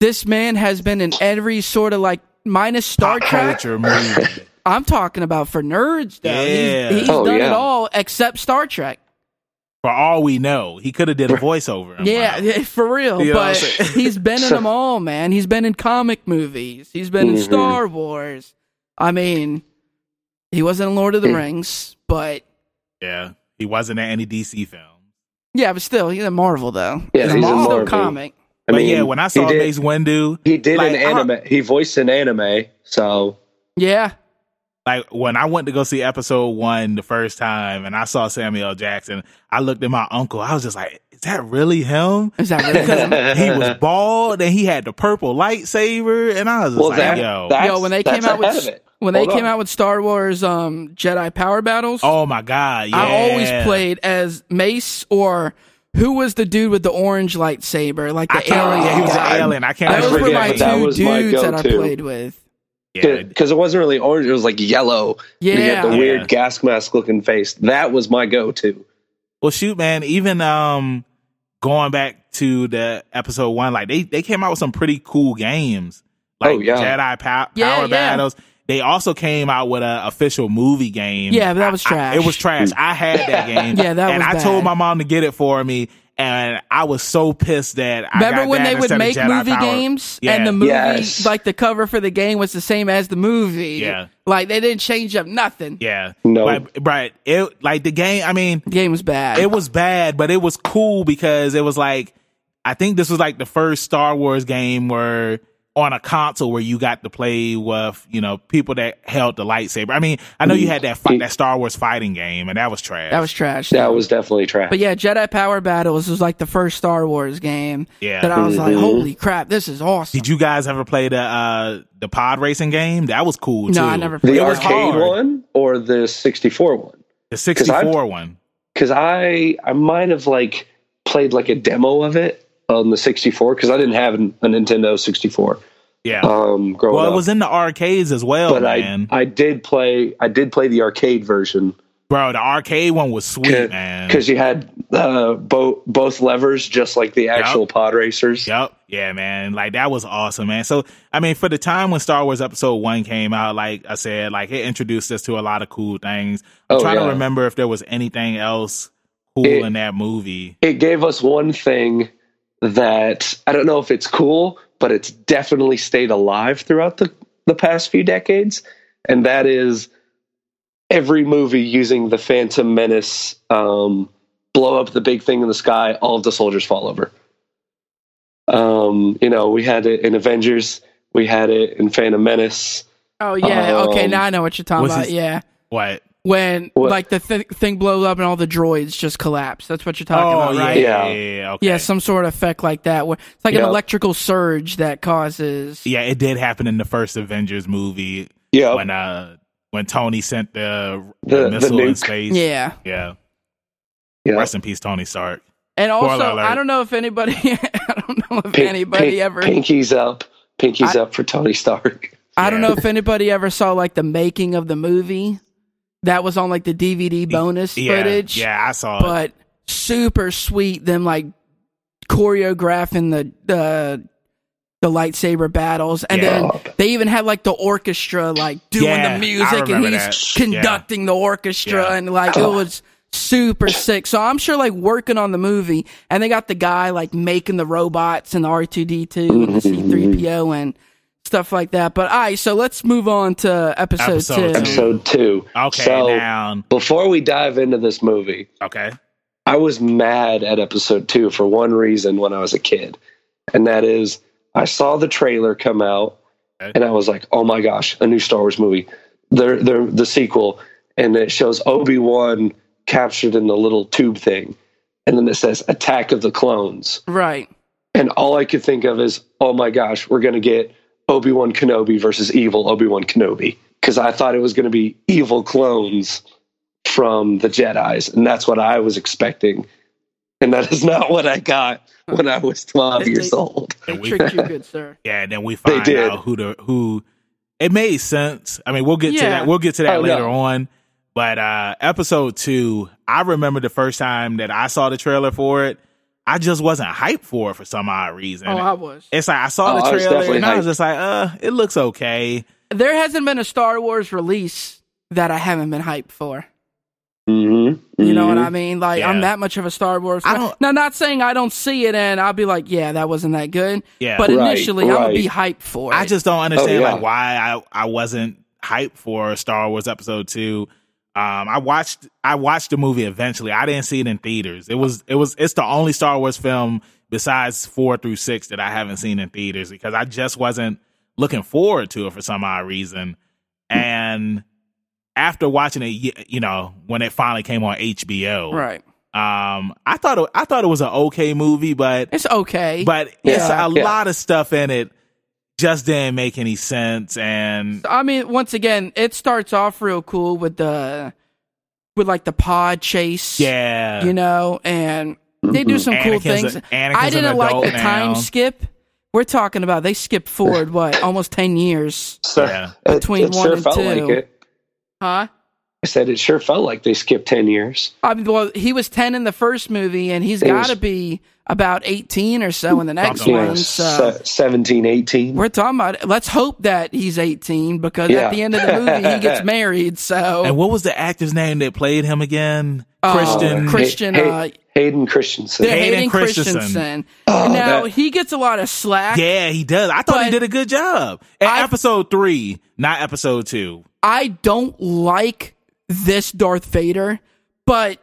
S2: This man has been in every sort of like minus Star
S1: Pop
S2: Trek.
S1: culture movie,
S2: I'm talking about for nerds. Though. He's-
S1: Yeah.
S2: He's,
S3: Oh,
S2: done it
S3: yeah.
S2: all except Star Trek.
S1: For all we know, he could have did a voiceover. and
S2: Yeah,
S1: whatnot.
S2: yeah, (laughs) for real.
S1: Oh, You know
S2: but
S1: what I'm
S2: he's been in them all, man. He's been in comic movies. He's been in
S3: Mhm.
S2: Star Wars. I mean, he wasn't in Lord of the
S3: Mm.
S2: Rings, but
S1: yeah. He wasn't in any DC film.
S2: yeah, but still, he's in Marvel though.
S3: Yeah,
S2: He's
S3: he's in
S2: still
S3: Marvel.
S2: comic.
S3: I
S1: but
S3: mean,
S1: yeah, when I saw
S3: he did,
S1: Mace Windu,
S3: he did
S1: like,
S3: an
S1: I don't-
S3: anime. He voiced an anime, so
S2: Yeah,
S1: like when I went to go see episode one the first time and I saw Samuel L. Jackson, I looked at my uncle. I was just like, is that really him?
S2: is that really
S1: Because (laughs)
S2: him?
S1: he was bald and he had the purple lightsaber, and I was just
S3: Well,
S1: like,
S3: that-
S1: yo.
S3: that-
S2: Yo, when they
S3: (laughs) That's
S2: came out
S3: ahead
S2: with
S3: of it.
S2: when they
S3: Hold
S2: came
S3: on.
S2: out with Star Wars um, Jedi Power Battles,
S1: Oh my god! Yeah.
S2: I always played as Mace or who was the dude with the orange lightsaber, like
S1: I
S2: the
S1: can't-
S2: alien.
S1: Yeah, he was an
S2: guy.
S1: alien. I can't
S3: I
S2: Those were
S1: remember.
S2: my
S3: but that
S2: two
S3: was
S2: dudes
S3: my
S2: that I
S3: go-to.
S2: played with.
S1: Yeah,
S3: because it wasn't really orange; it was like yellow. You
S2: Yeah,
S3: get the
S1: Yeah.
S3: weird gas mask looking face. That was my go-to.
S1: Well, shoot, man. Even um, going back to the episode one, like they they came out with some pretty cool games, like
S3: Oh, yeah.
S1: Jedi Pow-
S2: Yeah,
S1: Power
S2: yeah.
S1: Battles. They also came out with an official movie game.
S2: Yeah, but that was
S1: I- I-
S2: trash.
S1: it was trash. I had that game.
S2: (laughs) Yeah, that
S1: and
S2: was
S1: I
S2: bad.
S1: told my mom to get it for me, and I was so pissed that I
S2: Remember
S1: got
S2: when
S1: that
S2: they would
S1: instead of
S2: make
S1: Jedi
S2: movie
S1: Power.
S2: games
S1: Yeah.
S2: and the movie,
S3: Yes.
S2: like the cover for the game, was the same as the movie?
S1: Yeah.
S2: like they didn't change up nothing.
S1: Yeah,
S3: No.
S1: Like, right. It like the game. I mean,
S2: The game was bad.
S1: it was bad, but it was cool because it was like I think this was like the first Star Wars game where on a console where you got to play with you know people that held the lightsaber. I mean, I know you had that fight, that Star Wars fighting game, and that was trash.
S2: that was trash.
S3: That was definitely trash.
S2: But yeah, Jedi Power Battles was like the first Star Wars game
S1: Yeah.
S2: that I was like,
S3: Mhm.
S2: holy crap, this is awesome.
S1: Did you guys ever play the uh the pod racing game? That was cool
S2: No,
S1: too.
S2: I never played
S3: the
S2: it was
S3: arcade
S1: hard.
S3: one or the 64 one?
S1: The
S3: 'Cause
S1: sixty
S3: I've-
S1: four one.
S3: Because I I might have like played like a demo of it on the 64 because I didn't have an, a Nintendo 64
S1: Yeah.
S3: um, growing
S1: well,
S3: up.
S1: it was in the arcades as well,
S3: but I
S1: man.
S3: I did play I did play the arcade version
S1: Bro, the arcade one was sweet, man.
S3: because you had uh, both both levers just like the actual pod racers.
S1: Yep. Yeah, man. Like that was awesome, man. So I mean, for the time when Star Wars Episode One came out, like I said, like it introduced us to a lot of cool things. I'm
S3: Oh,
S1: trying to
S3: yeah.
S1: remember if there was anything else cool
S3: It-
S1: in that movie.
S3: It gave us one thing that I don't know if it's cool, but it's definitely stayed alive throughout the the past few decades, and that is every movie using the Phantom Menace um, blow up the big thing in the sky, all of the soldiers fall over. Um, you know, we had it in Avengers, we had it in Phantom Menace.
S2: Oh yeah, okay,
S3: Um,
S2: now I know what you're talking
S1: was
S2: about.
S1: his-
S2: yeah,
S1: What?
S2: when
S3: What?
S2: like the th- thing blows up and all the droids just collapse. That's what you're talking
S1: Oh
S2: about,
S1: yeah,
S2: right?
S1: yeah,
S3: Yeah.
S1: yeah, yeah, Okay.
S2: Yeah, some sort of effect like that. Where it's like an
S3: Yeah.
S2: electrical surge that causes.
S1: Yeah, it did happen in the first Avengers movie
S3: Yeah,
S1: when uh when Tony sent the,
S3: The-
S1: the,
S3: the
S1: missile in
S3: nuke.
S1: space.
S2: Yeah.
S1: Yeah.
S3: yeah.
S1: Rest in peace, Tony Stark.
S2: And
S1: Spoiler
S2: also,
S1: alert.
S2: I don't know if anybody, (laughs) I don't know if
S3: Pink-
S2: anybody
S3: pink-
S2: ever,
S3: pinkies up, pinkies up for Tony Stark.
S2: I don't
S1: yeah.
S2: know if anybody ever saw like the making of the movie that was on like the DVD bonus
S1: Yeah,
S2: footage.
S1: yeah, I saw it.
S2: But super sweet, them like choreographing the the the lightsaber battles, and
S1: Yeah.
S2: then they even had like the orchestra like doing
S1: Yeah, I
S2: the music, and
S1: remember
S2: he's
S1: that.
S2: conducting the orchestra,
S1: Yeah.
S2: and like it was super sick. So I'm sure like working on the movie, and they got the guy like making the robots and the R2D2 and the C3PO and stuff like that. But all right, so let's move on to episode,
S1: Episode
S2: two.
S1: two.
S3: Episode two.
S1: Okay,
S3: So
S1: now
S3: before we dive into this movie,
S1: okay.
S3: I was mad at episode two for one reason when I was a kid, and that is I saw the trailer come out,
S1: Okay.
S3: and I was like, "Oh my gosh, a new Star Wars movie!" They're, they're the sequel, and it shows Obi Wan captured in the little tube thing, and then it says "Attack of the Clones."
S2: Right.
S3: And all I could think of is, oh my gosh, we're going to get Obi Wan Kenobi versus evil Obi Wan Kenobi. Because I thought it was going to be evil clones from the Jedi's. And that's what I was expecting. And that is not what I got when I was 12
S2: They-
S3: years
S2: they-
S3: old.
S2: They
S1: we-
S2: tricked you
S1: (laughs)
S2: good, sir.
S1: Yeah, and then we
S3: They
S1: find
S3: did.
S1: out who the who. It made sense. I mean, we'll get to
S2: Yeah.
S1: that. We'll get to that
S3: Oh,
S1: later
S3: no.
S1: on. But uh episode two, I remember the first time that I saw the trailer for it. I just wasn't hyped for it for some odd reason.
S2: Oh, I was.
S1: it's like I saw
S3: Oh,
S1: the
S3: I was
S1: trailer
S3: definitely
S1: and I was
S3: hyped.
S1: just like, uh, it looks okay.
S2: There hasn't been a Star Wars release that I haven't been hyped for.
S3: Mm-hmm.
S2: You know what I mean? Like I'm
S1: Yeah.
S2: that much of a Star Wars
S1: I
S2: fan.
S1: don't-
S2: Now, not saying I don't see it and I'll be like, yeah, that wasn't that good.
S1: Yeah.
S2: But
S3: Right,
S2: initially, I would be hyped for it.
S1: I just don't understand
S3: Oh, yeah.
S1: like why I, I wasn't hyped for Star Wars Episode Two. Um, I watched I watched the movie eventually. I didn't see it in theaters. It was it was it's the only Star Wars film besides four through six that I haven't seen in theaters because I just wasn't looking forward to it for some odd reason. And after watching it, y- you know, when it finally came on HBO,
S2: right.
S1: Um, I thought it, I thought it was an okay movie, but
S2: It's okay.
S1: but it's
S2: Yeah.
S1: a
S3: Yeah.
S1: lot of stuff in it just didn't make any sense and
S2: I mean, once again, it starts off real cool with the with like the pod chase.
S1: yeah Mm-hmm.
S2: You know, and they do some cool
S1: Anakin's
S2: things.
S1: a-
S2: I
S1: Anakin's
S2: I
S1: an
S2: didn't like
S1: adult
S2: the time
S1: now.
S2: skip. We're talking about they skip forward what almost ten years,
S3: So,
S1: Yeah.
S3: it-
S2: Between
S3: it
S2: one
S3: sure
S2: and
S3: felt
S2: two.
S3: like it.
S2: huh?
S3: I said it sure felt like they skipped ten years.
S2: I mean, well, he was ten in the first movie, and he's
S3: It
S2: got to
S3: was-
S2: be about eighteen or so in the next
S1: Something like
S2: one.
S1: that.
S2: So
S3: Se- 17, 18.
S2: we're talking about. Let's hope that he's eighteen because
S3: Yeah.
S2: at the end of the movie he
S3: (laughs)
S2: gets married.
S1: and
S2: So
S1: what was the actor's name that played him again
S2: Uh,
S1: christian
S2: Chris- Christian,
S3: Oh, Hay-
S2: uh,
S3: Hayden Christensen.
S2: they're
S1: Hayden
S2: Hayden
S1: Christensen.
S2: Christensen.
S3: Oh,
S2: now
S3: that-
S2: he gets a lot of slack.
S1: yeah he does i thought he
S2: But-
S1: did a good job in
S2: I-
S1: episode three not episode two
S2: I don't like this Darth Vader, but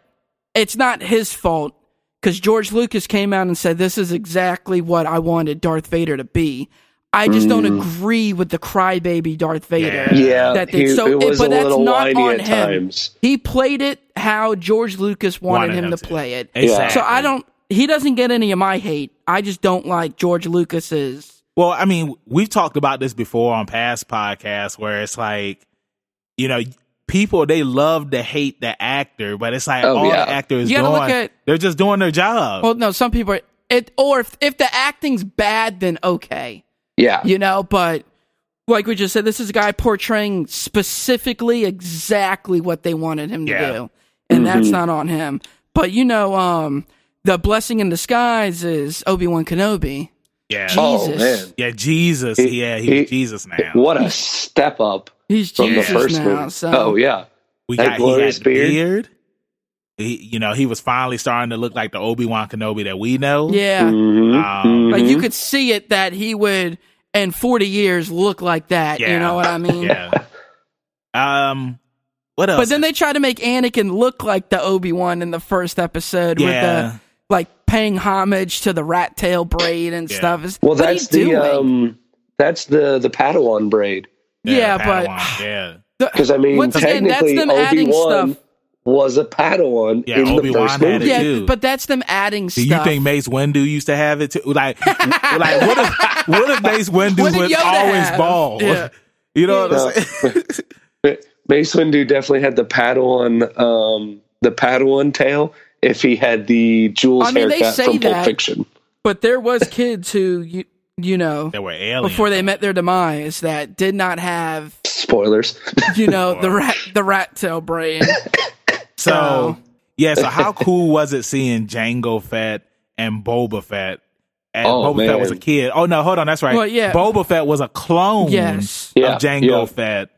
S2: it's not his fault because George Lucas came out and said this is exactly what I wanted Darth Vader to be. I just don't agree with the crybaby Darth Vader.
S1: Yeah.
S3: yeah,
S2: That
S3: he,
S2: did- so
S3: it
S2: it-
S3: was
S2: but
S3: a
S2: that's
S3: little
S2: not
S3: whiny
S2: on
S3: at
S2: him.
S3: times.
S2: He played it how George Lucas wanted, him, to play it.
S1: exactly.
S2: So I don't. He doesn't get any of my hate. I just don't like George Lucas's.
S1: Well, I mean, we've talked about this before on past podcasts where it's like, you know, people they love to hate the actor, but it's like
S3: Oh,
S1: all
S3: yeah.
S1: the actor is
S2: You
S1: doing
S2: gotta look at-
S1: they're just doing their job.
S2: Well, no, some people. Are, it or if, if the acting's bad, then okay.
S3: Yeah,
S2: you know but like we just said this is a guy portraying specifically exactly what they wanted him to
S1: Yeah.
S2: do and
S3: Mm-hmm.
S2: that's not on him but you know um the blessing in disguise is obi-wan kenobi
S1: yeah.
S3: Oh,
S2: jesus
S3: man.
S1: Yeah, Jesus.
S3: He-
S1: yeah, he
S3: he-
S1: was Jesus now.
S3: what a step up
S2: he's
S3: from
S2: jesus
S3: the first
S2: now
S3: movie.
S2: so
S3: oh yeah,
S1: we
S3: that
S1: got he had
S3: glorious
S1: the
S3: beard.
S1: beard. He, you know, he was finally starting to look like the Obi Wan Kenobi that we know.
S2: yeah
S3: Mhm,
S1: Um,
S2: like
S3: mhm.
S2: you could see it that he would in 40 years look like that
S1: (laughs)
S2: you
S1: Yeah.
S2: know what i mean
S1: Yeah. um, what else?
S2: but then they try to make anakin look like the obi-wan in the first episode with the
S1: yeah,
S2: like paying homage to the rat tail braid and
S1: Yeah.
S2: stuff. It's-
S3: well,
S2: what are
S3: that's
S2: you
S3: the
S2: doing?
S3: um, that's the the Padawan braid.
S2: yeah,
S1: the
S2: but- (sighs)
S1: Padawan, yeah,
S3: Because I mean,
S2: Once again, that's
S3: technically,
S2: them
S3: Obi
S2: adding
S3: Wan
S2: stuff.
S3: was a Padawan
S1: Yeah,
S3: in
S1: Obi-Wan
S3: the first
S1: had
S3: movie.
S1: it.
S2: yeah,
S1: do.
S2: but that's them adding
S1: Do
S2: stuff.
S1: you think Mace Windu used to have it too? Like,
S2: (laughs)
S1: like what if what if Mace
S2: What
S1: Windu
S2: did
S1: was
S2: Yoda
S1: always
S2: have?
S1: bald?
S2: Yeah.
S1: (laughs) You know what I'm
S3: Yeah.
S1: saying? (laughs)
S3: Mace Windu definitely had the Padawan, um, the Padawan tail. If he had the Jules
S2: I mean, they
S3: haircut
S2: say
S3: from
S2: that.
S3: Pulp Fiction,
S2: but there was kids who you you know
S1: they were aliens
S2: before they met their demise that did not have
S3: spoilers.
S2: you know the rat the rat
S1: (laughs)
S2: tail braid.
S1: So yeah, so
S2: (laughs)
S1: how cool was it seeing Django Fett and Boba Fett? And
S3: Oh,
S1: Boba Fett was a
S3: man.
S1: kid. Oh no, hold on, that's right.
S2: Well, yeah.
S1: Boba Fett was a clone
S2: Yes.
S3: Yeah,
S1: of Django
S3: yeah.
S1: Fett.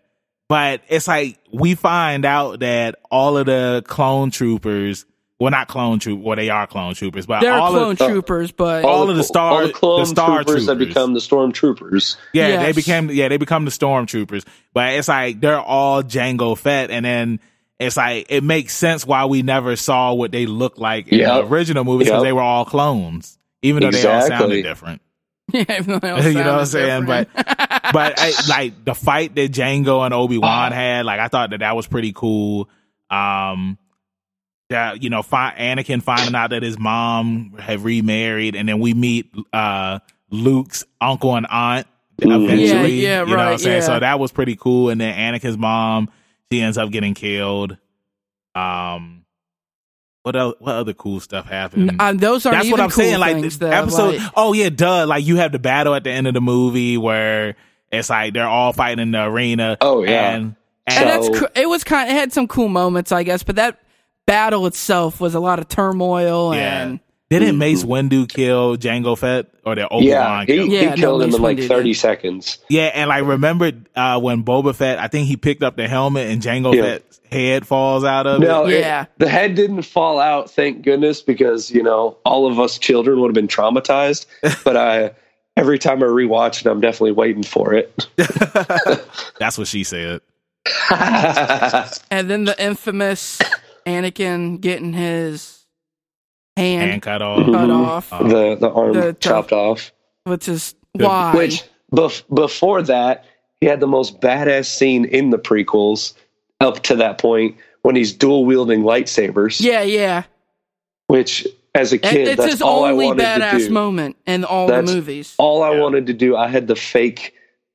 S1: But it's like we find out that all of the clone troopers well not clone troop well they are clone troopers, but
S2: There are
S1: all
S2: clone
S1: of
S2: troopers, but
S1: all of the star-
S3: all the clone
S1: the star
S3: troopers that
S1: troopers.
S3: become the stormtroopers.
S1: yeah, they
S2: Yes.
S1: became yeah, they become the stormtroopers. But it's like they're all Django Fett and then it's like it makes sense why we never saw what they looked like in the
S3: Yep.
S1: original movies because
S3: Yep.
S1: they were all clones, even though they all sounded
S3: Exactly.
S1: different.
S2: (laughs) yeah, everyone
S1: (laughs)
S2: else
S1: you know what I'm
S2: sounded
S1: saying?
S2: different.
S1: But but I, like the fight that Django and Obi Wan had, like I thought that that was pretty cool. Um, that you know, fi- Anakin finding out that his mom had remarried, and then we meet uh Luke's uncle and aunt
S3: Mhm.
S1: eventually.
S2: Yeah, yeah,
S1: you know what I'm
S2: right,
S1: saying?
S2: yeah.
S1: So that was pretty cool. And then Anakin's mom, she ends up getting killed. Um, what else, what other cool stuff happened?
S2: (laughs) N- uh, those are
S1: That's
S2: even
S1: what I'm
S2: cool
S1: saying. Like
S2: things,
S1: the
S2: though,
S3: (laughs)
S1: episode.
S2: like-
S1: oh yeah, duh. Like you have the battle at the end of the movie where it's like they're all fighting in the arena.
S3: Oh, yeah.
S1: and,
S2: and
S1: and
S3: So-
S2: that's cr- it was kind. It had some cool moments, I guess, but that battle itself was a lot of turmoil
S1: yeah.
S2: and
S1: Didn't Mace Windu kill Django Fett or the Obi
S3: Mm-hmm. yeah,
S1: Wan?
S3: he,
S1: killed-
S3: he
S2: Yeah,
S3: killed
S2: no,
S3: him
S2: Mace
S3: in like
S2: Windu
S3: 30
S2: did.
S3: seconds.
S1: yeah, and like remember uh, when Boba Fett? I think he picked up the helmet and Django
S3: Yeah.
S1: Fett's head falls out of it.
S3: No, it-
S2: Yeah.
S3: the head didn't fall out, thank goodness, because you know all of us children would have been (laughs) traumatized. but I, every time I rewatch it, I'm definitely waiting for (laughs) it.
S1: That's what she said.
S2: And then the infamous Anakin getting his hand
S1: Hand cut off.
S2: cut
S3: Mhm.
S2: off,
S1: Uh,
S3: the the arm
S2: The-
S3: chopped off.
S2: which is
S1: Good.
S2: why.
S3: Which bef- before that, he had the most badass scene in the prequels up to that point when he's dual wielding lightsabers.
S2: yeah, yeah.
S3: Which as a
S2: And
S3: kid,
S2: it's
S3: that's
S2: his
S3: all I
S2: only
S3: wanted to
S2: badass
S3: do.
S2: moment in all
S3: That's-
S2: the movies.
S3: All I
S1: Yeah.
S3: wanted to do, I had the fake,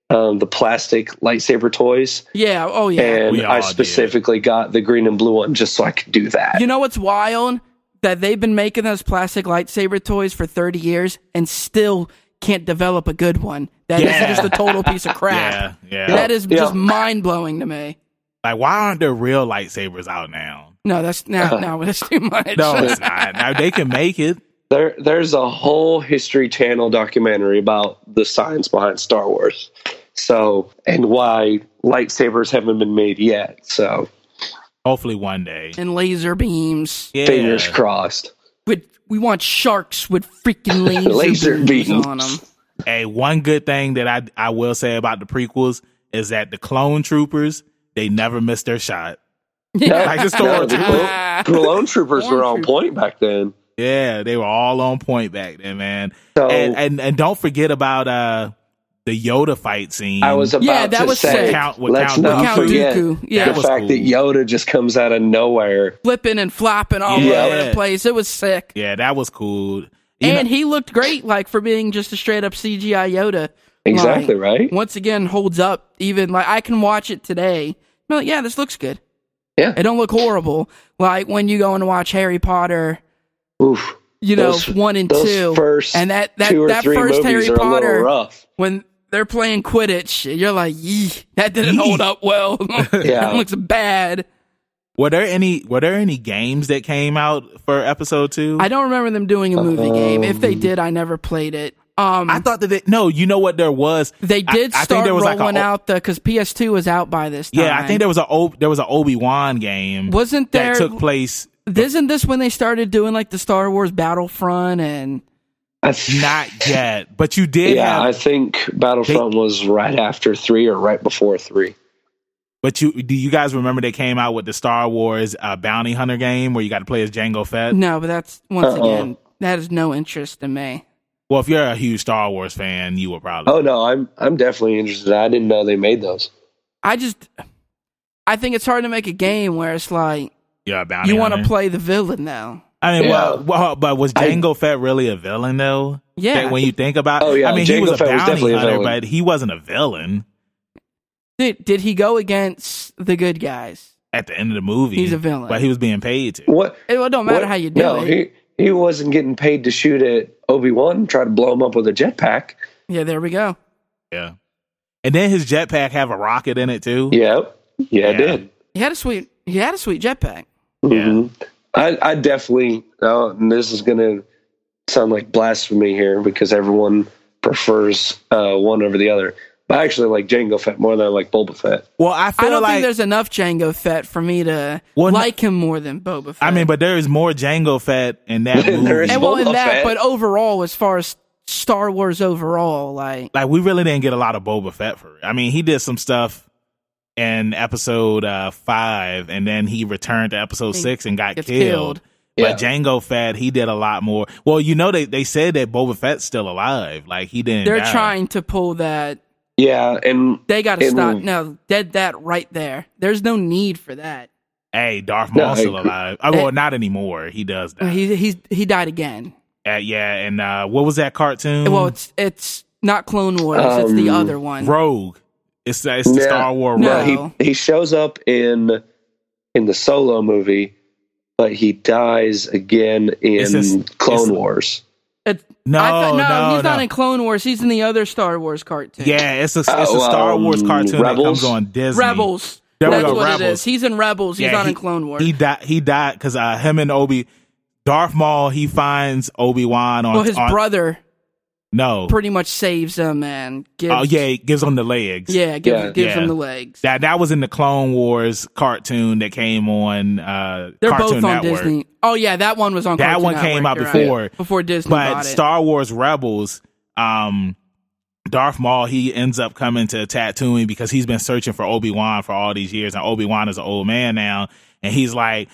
S3: um, the plastic lightsaber toys,
S2: yeah. Oh yeah.
S3: and
S1: We
S3: I
S1: all did.
S3: specifically got the green and blue one just so I could do that.
S2: You know what's wild? That they've been making those plastic lightsaber toys for 30 years and still can't develop a good one. That is
S1: Yeah.
S2: just a total piece of crap.
S1: Yeah, yeah.
S2: That is
S3: Yeah.
S2: just mind blowing to me.
S1: Like, why aren't there real lightsabers out now?
S2: No, that's no,
S3: Uh-huh.
S2: no, that's too much.
S1: No, it's not. Now they can make it.
S3: There, there's a whole History Channel documentary about the science behind Star Wars, so and why lightsabers haven't been made yet. So
S1: Hopefully one day.
S2: and laser beams.
S1: Yeah.
S2: (laughs)
S3: fingers crossed.
S2: With we want sharks with
S3: (laughs)
S2: freaking laser,
S3: Laser
S2: beams,
S3: beams.
S2: on them.
S1: Hey, one good thing that I I will say about the prequels is that the clone troopers they never missed their shot. Like the
S3: No,
S1: Storm
S3: the
S1: troopers.
S2: (laughs)
S3: clone, clone troopers were on
S2: Stormtroopers.
S3: point back then.
S1: Yeah, they were all on point back then, man.
S3: So
S1: And and, and don't forget about uh the Yoda fight scene.
S3: I was about
S2: Yeah, that
S3: to
S2: was
S3: say,
S2: sick.
S1: Mm. Count- with
S3: let's
S1: Count
S3: not
S2: Dooku.
S3: forget
S2: Count Dooku, yeah.
S3: the
S1: That was
S3: fact that
S1: cool.
S3: Yoda just comes out of nowhere.
S2: Flipping and flopping all
S1: Yeah.
S2: over the place. It was sick.
S1: yeah, that was cool. You
S2: and
S1: know-
S2: he looked great, like for being just a straight up CGI Yoda.
S3: Exactly
S2: Like,
S3: right.
S2: Once again, holds up. Even like I can watch it today. I'm like, yeah, this looks good.
S3: Yeah.
S2: it don't look horrible. Like when you go and watch Harry Potter,
S3: Oof.
S2: you know,
S3: Those-
S2: one and
S3: those
S2: two,
S3: first
S2: and that that
S3: two or
S2: that
S3: three
S2: first
S3: movies
S2: Harry
S3: are a little
S2: Potter
S3: rough.
S2: when they're playing Quidditch, you're like, yee, that didn't
S1: Yee.
S2: hold up
S1: (laughs)
S2: well. (laughs) that looks bad.
S1: were there any were there any games that came out for episode two?
S2: I don't remember them doing a movie game. If they
S3: Um,
S2: did, I never played it. Um,
S1: I thought that they, no, you know what there was.
S2: They
S1: I-
S2: did
S1: I think
S2: start
S1: there was like
S2: rolling
S1: a-
S2: out the because PS2 was out by this time.
S1: Yeah, I think there was a O- there was an Obi Wan game
S2: wasn't there.
S1: that took place
S2: isn't this when they started doing like the Star Wars Battlefront and
S3: I th-
S1: not yet, but you did
S3: (laughs) yeah,
S1: have
S3: I think Battlefront was right after three or right before three.
S1: But you do you guys remember they came out with the Star Wars uh, bounty hunter game where you got to play as Django Fett?
S3: Mm.
S2: no? But that's once
S3: Uh-uh.
S2: again that is no interest in me.
S1: Well, if you're a huge Star Wars fan, you will probably.
S3: Oh no, I'm I'm definitely interested. I didn't know they made those.
S2: I just I think it's hard to make a game where it's like
S1: Yeah, a bounty.
S2: you want
S1: want
S2: to play the villain though.
S1: I mean,
S3: Yeah.
S1: well, well, but was
S3: I-
S1: Django Fett really a villain though?
S2: Yeah,
S1: Like, when you think about,
S3: Oh, yeah,
S1: I mean, he
S3: Django
S1: was a
S3: Fett was
S1: bounty
S3: definitely a
S1: hunter,
S3: villain.
S1: but he wasn't a villain
S2: did, did he go against the good guys?
S1: at the end of the movie.
S2: He's a villain.
S1: but he was being paid to.
S3: What?
S2: It well, it don't matter
S3: what-
S2: how you do
S3: no,
S2: it.
S3: he he wasn't getting paid to shoot at Obi Wan and try to blow him up with a jetpack.
S2: yeah, there we go.
S1: Yeah, and then his jetpack have a rocket in it too.
S3: Yep. Yeah, I
S1: Yeah.
S3: did.
S2: He had a sweet he had a sweet jetpack.
S3: hmm
S1: Mm-hmm.
S3: I, I definitely, oh, and this is going to sound like blasphemy here because everyone prefers uh, one over the other. But I actually like Jango Fett more than I like Boba Fett.
S1: Well, I feel
S2: I don't
S1: like
S2: think there's enough Django Fett for me to
S1: Well, no-
S2: like him more than Boba Fett.
S1: I mean, but there is more Django Fett in that
S3: (laughs) There
S1: movie.
S3: is
S2: and well, in
S3: Boba
S2: that,
S3: Fett.
S2: but overall, as far as Star Wars overall, like
S1: like we really didn't get a lot of Boba Fett for it. I mean, he did some stuff in episode uh, five, and then he returned to episode
S2: He
S1: six and got
S2: gets
S1: killed.
S2: killed.
S1: But Django Fett, he did a lot more. Well, you know they they said that Boba Fett's still alive. Like he didn't.
S2: they're
S1: die.
S2: trying to pull that.
S3: Yeah, and
S2: They got to
S3: It
S2: stop.
S3: will-
S2: No, dead that right there. There's no need for that.
S1: Hey, Darth
S3: No,
S1: Maul's
S3: I
S1: still
S3: agree.
S1: alive. Oh, well, not anymore. He does that.
S2: Eh. He he's he died again.
S1: Uh, yeah, and uh, what was that cartoon?
S2: Well, it's it's not Clone Wars. it's the
S3: Um,
S2: other one.
S1: Rogue. It's it's the
S3: Yeah.
S1: Star Wars.
S2: No.
S1: Rogue.
S3: no, he, he shows up in in the solo movie, but he dies again in
S1: It's just-
S3: Clone
S1: it's-
S3: Wars.
S2: It-
S1: No,
S2: I thought- no,
S1: no,
S2: he's
S1: no.
S2: not in Clone Wars. He's in the other Star Wars cartoon.
S1: yeah, it's a it's a
S3: Oh,
S1: Star
S3: um,
S1: Wars cartoon
S3: Rebels?
S1: that comes on Disney.
S2: Rebels.
S1: There we
S2: That's
S1: go,
S2: what it
S1: Rebels.
S2: is. He's in Rebels. He's
S1: Yeah,
S2: not
S1: he-
S2: in Clone Wars.
S1: He died. He died because uh, him and Obi Darth Maul, he finds Obi Wan on
S2: Well, his
S1: on-
S2: brother
S1: No,
S2: pretty much saves him and gives.
S1: oh yeah, he gives him the legs.
S2: yeah, gives,
S3: Yeah.
S2: gives
S1: Yeah.
S2: him the legs.
S1: that that was in the Clone Wars cartoon that came on. Uh,
S2: They're
S1: Cartoon
S2: both on
S1: Network.
S2: Disney. Oh yeah, that one was on.
S1: That
S2: Cartoon
S1: one came
S2: Network,
S1: out
S2: you're
S1: before.
S2: right. before Disney
S1: But
S2: bought it.
S1: Star Wars Rebels, um, Darth Maul, he ends up coming to Tatooine because he's been searching for Obi Wan for all these years, and Obi Wan is an old man now, and he's like,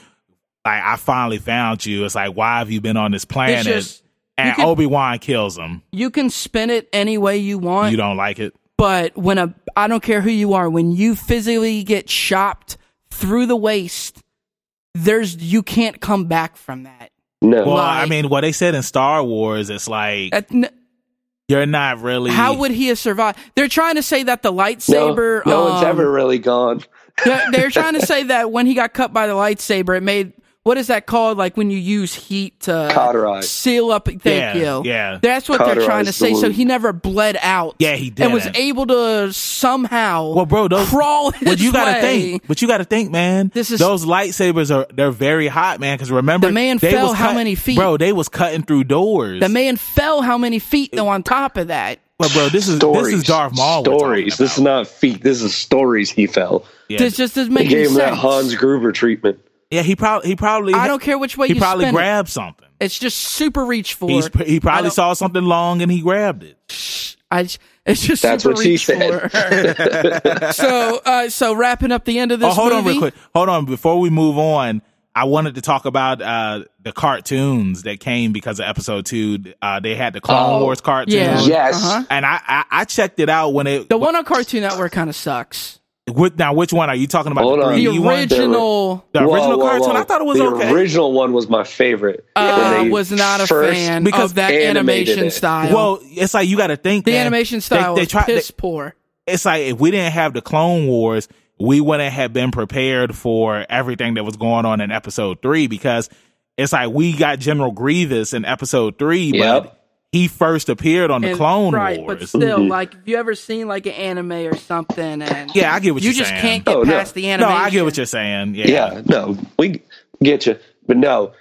S1: like I finally found you. It's like, why have you been on this planet?
S2: just- you
S1: and
S2: could-
S1: Obi Wan kills him.
S2: you can spin it any way you want.
S1: You don't like it?
S2: But when a I don't care who you are, when you physically get chopped through the waist, there's you can't come back from that.
S3: No.
S1: Well,
S2: Like-
S1: I mean, what they said in Star Wars, it's like
S2: That- n-
S1: you're not really.
S2: how would he have survived? They're trying to say that the
S3: no,
S2: lightsaber.
S3: no one's
S2: um,
S3: ever really gone.
S2: (laughs) they're, they're trying to say that when he got cut by the lightsaber, it made what is that called? Like when you use heat to
S3: Cauterize.
S2: seal up. Thank
S1: Yeah,
S2: you.
S1: yeah.
S2: that's what they're trying to
S3: Cauterize
S2: say.
S3: the
S2: So
S3: wound.
S2: he never bled out.
S1: Yeah, he
S2: and was
S1: didn't.
S2: able to somehow
S1: Well, bro, those
S2: crawl.
S1: But
S2: his
S1: you gotta
S2: way.
S1: think. But you gotta think, man.
S2: This is-
S1: those lightsabers are they're very hot, man. Because remember,
S2: The man
S1: they
S2: fell
S1: was
S2: how many feet?
S1: bro? They was cutting through doors.
S2: The man fell how many feet though? On top of that,
S1: but bro, this is
S3: Stories.
S1: this is Darth Maul. we're talking
S3: Stories. This is
S1: about.
S3: not feet. This is stories he fell.
S1: Yeah,
S2: this just doesn't
S3: They
S2: make any
S3: gave him
S2: sense.
S3: that Hans Gruber treatment.
S1: yeah. He probably he probably
S2: I don't care which way
S1: he
S2: you
S1: probably
S2: spin it.
S1: grabbed something.
S2: It's just super reach for.
S1: He's, he probably saw something long and he grabbed it.
S2: I j- it's just
S3: That's
S2: super
S3: what she
S2: reach
S3: said.
S2: for. so uh, so wrapping up the end of this.
S1: Oh, hold on
S2: movie,
S1: real quick. Hold on. Before we move on, I wanted to talk about uh, the cartoons that came because of episode two. Uh, they had the Clone
S3: Oh,
S1: Wars cartoon.
S2: Yeah.
S3: Yes.
S2: Uh-huh.
S1: And I, I, I checked it out when it
S2: The one on Cartoon Network kind of sucks.
S1: Which, now, which one are you talking about?
S3: Hold
S1: the
S3: on.
S2: The
S1: 3D one?
S3: there were-
S2: original
S1: The
S3: Whoa,
S1: original
S3: whoa,
S1: cartoon?
S3: whoa.
S1: I thought it was
S3: the
S1: okay.
S3: original one was my favorite.
S2: uh,
S3: When they
S2: was not a
S3: first-
S2: fan
S1: because
S2: of that
S3: they animated
S2: animation
S3: it.
S2: style.
S1: well, it's like you got to think
S2: the
S1: man.
S2: animation style
S1: They, they
S2: was
S1: tried.
S2: piss poor.
S1: they- it's like if we didn't have the Clone Wars, we wouldn't have been prepared for everything that was going on in Episode Three because it's like we got General Grievous in Episode Three,
S3: Yep.
S1: but he first appeared on the
S2: And-
S1: Clone
S2: right,
S1: Wars.
S2: but still,
S3: Mm-hmm.
S2: like, if you ever seen like an anime or something, and
S1: Yeah, I get what
S2: you
S1: you're
S2: just
S1: saying.
S2: can't get
S3: Oh, no.
S2: past the
S1: no,
S2: animation.
S1: I get what you're saying. Yeah,
S3: yeah, no, we get you. But no,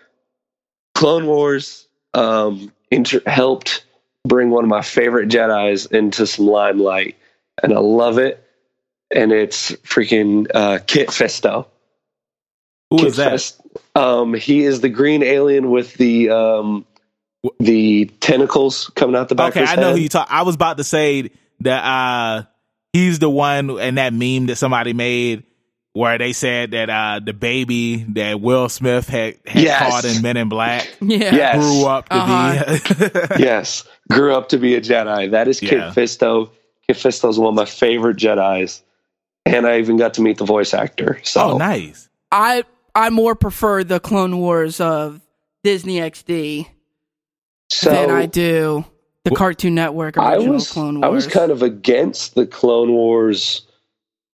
S3: Clone Wars um, inter- helped bring one of my favorite Jedi's into some limelight, and I love it. And it's freaking uh, Kit Fisto.
S1: who
S3: Kit
S1: is that?
S3: Fist- Um, he is the green alien with the um, the tentacles coming out the back.
S1: Okay,
S3: of his
S1: I know
S3: head.
S1: who
S3: (laughs)
S1: you talk. I was about to say that uh, he's the one in that meme that somebody made where they said that uh, the baby that Will Smith had, had
S3: Yes.
S1: caught in Men in Black
S2: Yeah.
S3: Yeah. Yes.
S1: grew up to
S2: Uh-huh.
S1: (laughs) be.
S3: yes, grew up to be a Jedi. That is
S1: Yeah.
S3: Kit Fisto. Kit Fisto is one of my favorite Jedi's, and I even got to meet the voice actor. So
S1: oh, nice.
S2: I I more prefer the Clone Wars of Disney XD
S3: so
S2: than I do the Cartoon Network
S3: I
S2: original
S3: was
S2: Clone
S3: I
S2: Wars.
S3: was kind of against the Clone Wars,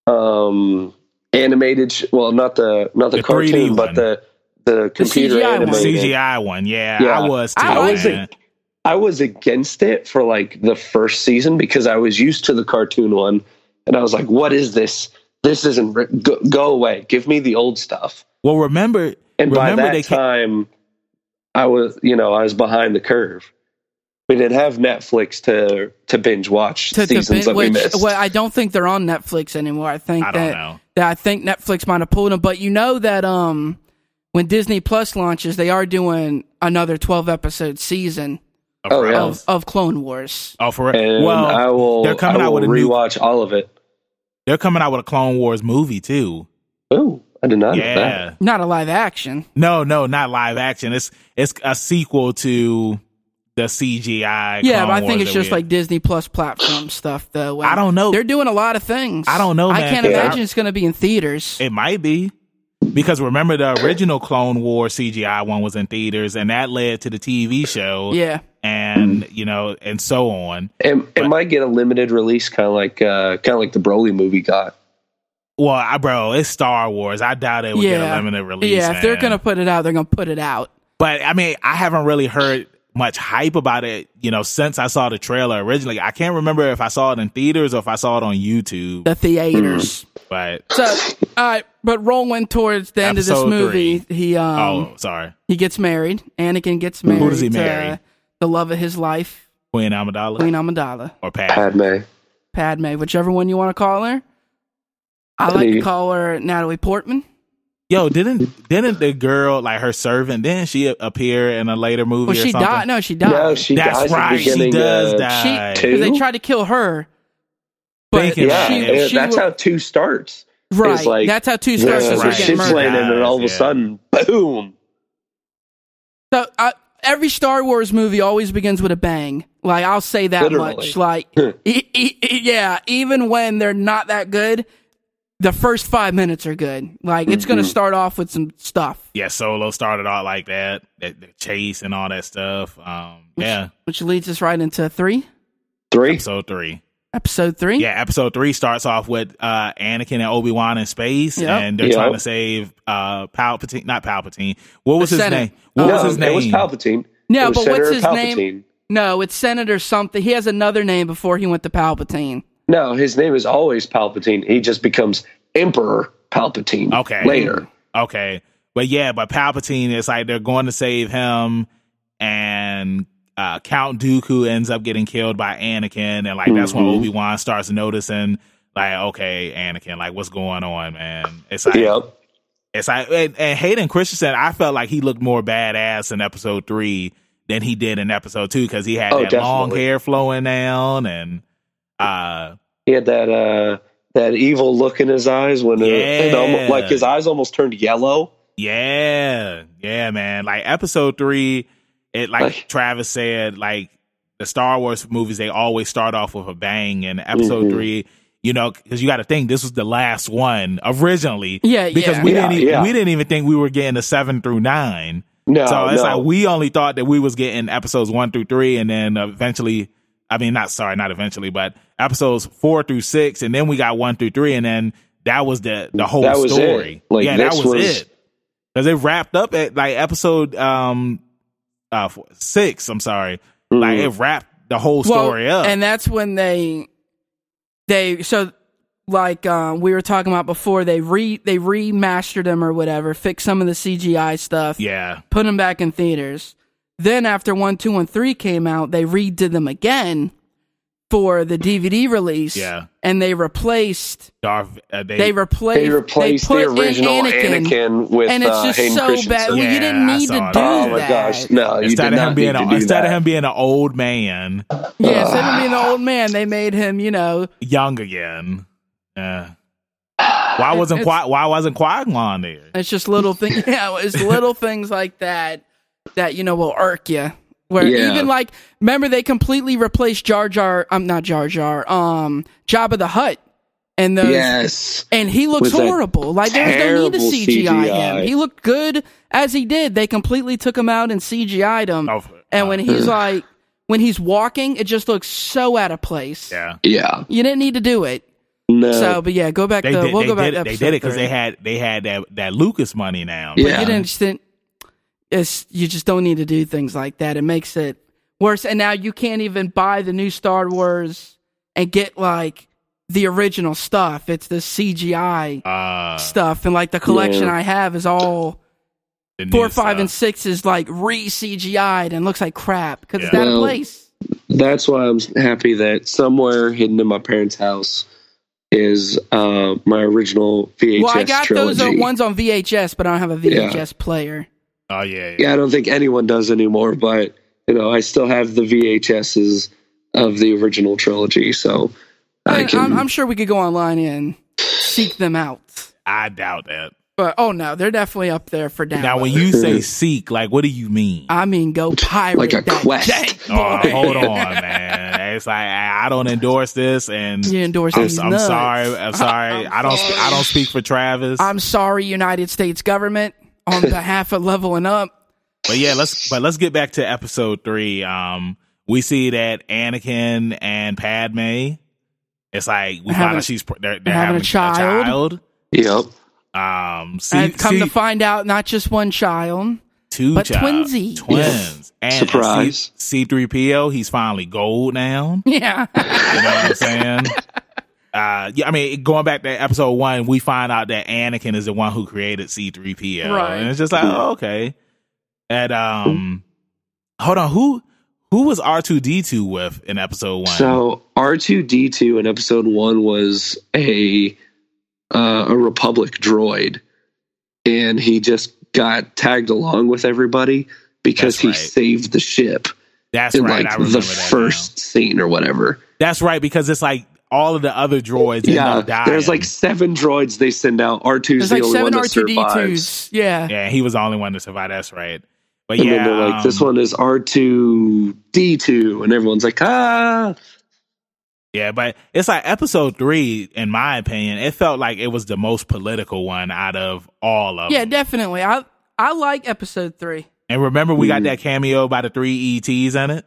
S3: um, animated. Sh- well, not the not the,
S1: The 3D
S3: cartoon,
S1: one.
S3: but the the computer
S2: CGI one.
S1: The
S3: animated.
S1: CGI one, yeah,
S3: Yeah.
S1: I was too.
S2: I
S3: I was,
S2: liked
S1: man.
S3: a, I was against it for like the first season because I was used to the cartoon one, and I was like, "What is this? This isn't ri- go, go away. Give me the old stuff."
S1: Well, remember,
S3: And by
S1: remember
S3: that
S1: they came,
S3: time, I was you know I was behind the curve. We didn't have Netflix to to binge watch
S2: to, to
S3: seasons
S2: bin,
S3: that we
S2: which,
S3: missed.
S2: well, I don't think they're on Netflix anymore. I think
S1: I don't
S2: that,
S1: know.
S2: that I think Netflix might have pulled them. But you know that um, when Disney Plus launches, they are doing another twelve episode season
S3: Oh, yeah.
S2: of, of Clone Wars.
S1: Oh, for real.
S3: and
S1: Well,
S3: I will
S1: they're coming
S3: I
S1: out
S3: will
S1: with a new-
S3: rewatch all of it.
S1: they're coming out with a Clone Wars movie too.
S3: Oh, I did not know that.
S1: Yeah.
S2: Not a live action.
S1: No, no, not live action. It's it's a sequel to the CGI.
S2: yeah,
S1: Clone
S2: but I
S1: Wars
S2: think it's
S1: that we
S2: just
S1: had.
S2: like Disney Plus platform stuff, though.
S1: I don't know.
S2: They're doing a lot of things.
S1: I don't know,
S2: I
S1: man,
S2: can't
S1: 'cause
S3: I-
S2: imagine it's going to be in theaters.
S1: It might be because remember the original Clone War CGI one was in theaters, and that led to the TV show.
S2: yeah.
S1: and you know, and so on.
S3: It, it might get a limited release, kind of like uh, kind of like the Broly movie got.
S1: Well, I, bro, it's Star Wars. I doubt it would get
S2: Yeah.
S1: a limited release.
S2: yeah, if they're
S1: man.
S2: going to put it out, they're going to put it out.
S1: but I mean, I haven't really heard much hype about it. You know, since I saw the trailer originally, I can't remember if I saw it in theaters or if I saw it on YouTube. Mm.
S2: The theaters.
S1: But
S2: So, all right, but rolling towards the end of this
S1: Episode
S2: movie, he um
S1: oh, sorry,
S2: he gets married. Anakin gets married.
S1: does he
S2: to
S1: marry?
S2: The love of his life,
S1: Queen Amidala
S2: Queen Amidala,
S1: or Pat.
S3: Padme.
S2: Padme, whichever one you want to call her. I like to call her Natalie Portman.
S1: Yo, didn't didn't the girl like her servant? Didn't she appear in a later movie?
S2: Well,
S1: or
S2: she
S1: something?
S2: died. No, she died.
S3: No, she
S1: That's
S3: dies
S1: right.
S3: at the beginning.
S1: She does
S2: she
S3: of-
S1: die.
S2: 'cause they
S3: Two?
S2: tried to kill her. But
S1: Thinking
S3: Yeah,
S1: She-
S3: and
S1: she
S3: that's
S2: wa-
S3: how two starts.
S2: right.
S3: like,
S2: that's how two
S3: The
S2: stars
S1: is
S2: were
S1: right.
S2: getting
S1: Shit's
S2: murdered.
S1: like-
S3: laying in, and all of
S1: Yeah.
S3: a sudden, boom!
S2: So uh, every Star Wars movie always begins with a bang. Like I'll say that
S3: Literally.
S2: much. Like e- e- e- yeah, even when they're not that good, the first five minutes are good. Like it's going to start off with some stuff,
S1: yeah, Solo started out like that, the, the chase and all that stuff. Um, yeah,
S2: which leads us right into three,
S3: Three.
S1: episode three.
S2: episode three.
S1: Yeah, episode three starts off with uh, Anakin and Obi Wan in space,
S2: Yep.
S1: and they're
S3: Yep.
S1: trying to save uh, Palpatine. Not Palpatine. What was
S2: The
S1: his
S2: Senate.
S1: name? What was
S3: No,
S1: his name?
S3: It was Palpatine.
S2: No,
S3: It was
S2: but what's
S3: Senator
S2: his
S3: Palpatine.
S2: name? No, it's Senator something. He has another name before he went to Palpatine.
S3: No, his name is always Palpatine. He just becomes Emperor Palpatine.
S1: Okay.
S3: Later.
S1: Okay. But yeah, but Palpatine is like they're going to save him and uh, Count Dooku ends up getting killed by Anakin and like that's when
S3: Mhm.
S1: Obi-Wan starts noticing like okay, Anakin, like what's going on, man? It's like
S3: Yep.
S1: it's like and, and Hayden Christensen, I felt like he looked more badass in episode 3 than he did in episode 2 cuz he had
S3: Oh,
S1: that long
S3: definitely.
S1: hair flowing down and uh
S3: He had that uh that evil look in his eyes when uh, it
S1: Yeah.
S3: almo- like his eyes almost turned yellow.
S1: Yeah, yeah, man. Like episode three, it like,
S3: Like-
S1: Travis said, like the Star Wars movies, they always start off with a bang. And episode
S3: Mhm.
S1: three, you know, because you got to think this was the last one originally.
S2: Yeah,
S1: Because
S2: yeah.
S1: we
S3: Yeah,
S1: didn't, even,
S3: yeah.
S1: we didn't even think we were getting a seven through nine.
S3: No,
S1: so it's
S3: Oh, no.
S1: like we only thought that we was getting episodes one through three, and then eventually, I mean, not sorry, not eventually, but episodes four through six, and then we got one through three, and then that was the the whole
S3: That was it.
S1: story.
S3: Like,
S1: yeah, that
S3: this
S1: was,
S3: was-
S1: it. Because it wrapped up at like episode um uh four, six. I'm sorry, like
S3: Mm-hmm.
S1: it wrapped the whole story up.
S2: And that's when they they so like uh, we were talking about before they re they remastered them or whatever, fixed some of the CGI stuff,
S1: yeah,
S2: put them back in theaters. Then after one, two, and three came out, they redid them again for the DVD release.
S1: Yeah.
S2: and they replaced
S1: Darth. Uh, they,
S2: they replaced
S3: they replaced
S2: put
S3: the
S2: in
S3: original Anakin, with
S2: and
S3: uh,
S2: it's just
S3: Hayden
S2: so
S3: Christensen.
S2: bad. Well, you
S1: Yeah,
S2: didn't
S1: I
S2: need to
S1: saw
S2: do
S1: it.
S3: Oh
S2: that.
S3: my gosh! No, Oh, you
S1: instead
S3: did
S1: of
S3: not
S1: him being
S3: need to
S1: a,
S3: do
S1: instead
S3: that.
S1: of him being an old man,
S2: Yeah, instead of being the old man, they made him, you know,
S1: young again. Yeah. Uh, Why wasn't
S2: it's-
S1: Qui- Why wasn't Qui Gon there?
S2: It's just little things. (laughs) Yeah, it's little things like that that you know will irk you. Where
S3: Yeah.
S2: even like, remember they completely replaced Jar Jar. I'm not Jar Jar. Um, Jabba the Hutt, and those.
S3: yes,
S2: And he looks
S3: With that
S2: horrible. Like there's no need to
S3: terrible
S2: CGI, him.
S3: CGI.
S2: He looked good as he did. They completely took him out and CGI'd him.
S1: Oh,
S2: and when he's like, when he's walking, it just looks so out of place.
S1: yeah,
S3: yeah,
S2: You didn't need to do it.
S3: no,
S2: So, but yeah, go back
S1: they
S2: to
S1: did.
S2: we'll
S1: they,
S2: go back.
S1: did
S2: to
S1: it. they
S2: episode
S1: did it because
S2: three.
S1: they had they had that that Lucas money now.
S3: Yeah.
S2: you didn't just didn't- it's you just don't need to do things like that it makes it worse and now you can't even buy the new star wars and get like the original stuff it's the cgi
S1: Uh,
S2: stuff and like the collection
S3: Yeah.
S2: i have is all
S1: the new
S2: four five and
S1: stuff.
S2: six is like re cgi'd and looks like crap because it's
S1: Yeah.
S2: out of
S3: Well,
S2: place
S3: that's why I'm happy that somewhere hidden in my parents' house is uh, my original VHS
S2: well i got
S3: trilogy.
S2: those uh, ones on vhs but i don't have a vhs player
S1: Oh yeah, yeah.
S3: yeah, I don't think anyone does anymore, but you know, I still have the VHSs of the original trilogy, so I
S2: And
S3: can.
S2: I'm, I'm sure we could go online and seek them out
S1: I doubt that.
S2: but oh no they're definitely up there for download.
S1: Now, when you say seek, like, what do you mean?
S2: I mean, go pirate
S3: Like
S2: (laughs)
S3: a
S2: that
S3: quest.
S2: dank
S1: Oh,
S2: boy.
S1: hold on, man. It's like I I don't endorse this, and
S2: You endorse
S1: I'm,
S2: these
S1: I'm
S2: nuts.
S1: sorry. I'm sorry. I don't. I don't speak for Travis.
S2: I'm sorry, United States government,
S3: (laughs)
S2: on behalf of leveling up.
S1: But yeah, let's but let's get back to episode three. Um, we see that Anakin and Padme. It's like we find
S2: Having-
S1: out she's pr- they're, they're
S2: they're
S1: having,
S2: having a
S1: a
S2: child.
S3: yep.
S1: child. Um, see,
S2: and come
S1: see
S2: to find out, not just one child. (laughs)
S1: two
S2: but
S1: child-
S2: twinsies.
S1: twins. And
S3: Surprise.
S1: C three PO. He's finally gold now.
S2: Yeah,
S1: You know what I'm saying? uh, yeah, I mean, going back to episode one, we find out that Anakin is the one who created C3PO.
S2: Right.
S1: And it's just like, oh, okay. And um hold on, who who was R2D2 with in episode one?
S3: So R two D two in episode one was a uh, a Republic droid, and he just got tagged along with everybody because
S1: That's
S3: he
S1: right.
S3: saved the ship
S1: That's
S3: in
S1: right. I
S3: like
S1: remember
S3: the
S1: that now.
S3: first scene or whatever.
S1: That's right, because it's like all of the other droids end
S3: yeah,
S1: up dying.
S3: there's like seven droids they send out. R
S2: There's
S3: two's the
S2: like
S3: only
S2: seven
S3: one that
S2: R two D
S3: survives.
S2: twos. Yeah.
S1: Yeah, he was the only one to survive. That's right. But
S3: And
S1: yeah,
S3: then they're like,
S1: um,
S3: "This one is R two D two, and everyone's like, "Ah,
S1: Yeah, but it's like episode three, in my opinion, it felt like it was the most political one out of all of
S2: Yeah,
S1: them.
S2: definitely. I I like episode three.
S1: And remember, we got
S3: Mm.
S1: that cameo by the three ETs in it.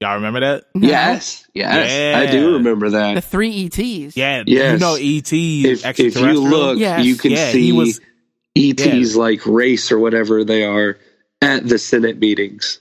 S1: Y'all remember that?
S2: No.
S3: yes, yes, I
S1: Yeah.
S3: do remember
S2: The
S3: that."
S2: three E ETs.
S1: Yeah, you
S3: Yes.
S1: know ET
S3: If, if you
S1: extraterrestrial?
S3: look,
S2: Yes.
S3: you can
S1: yeah,
S3: see
S1: he was.
S3: ET's like race or whatever they are at the Senate meetings.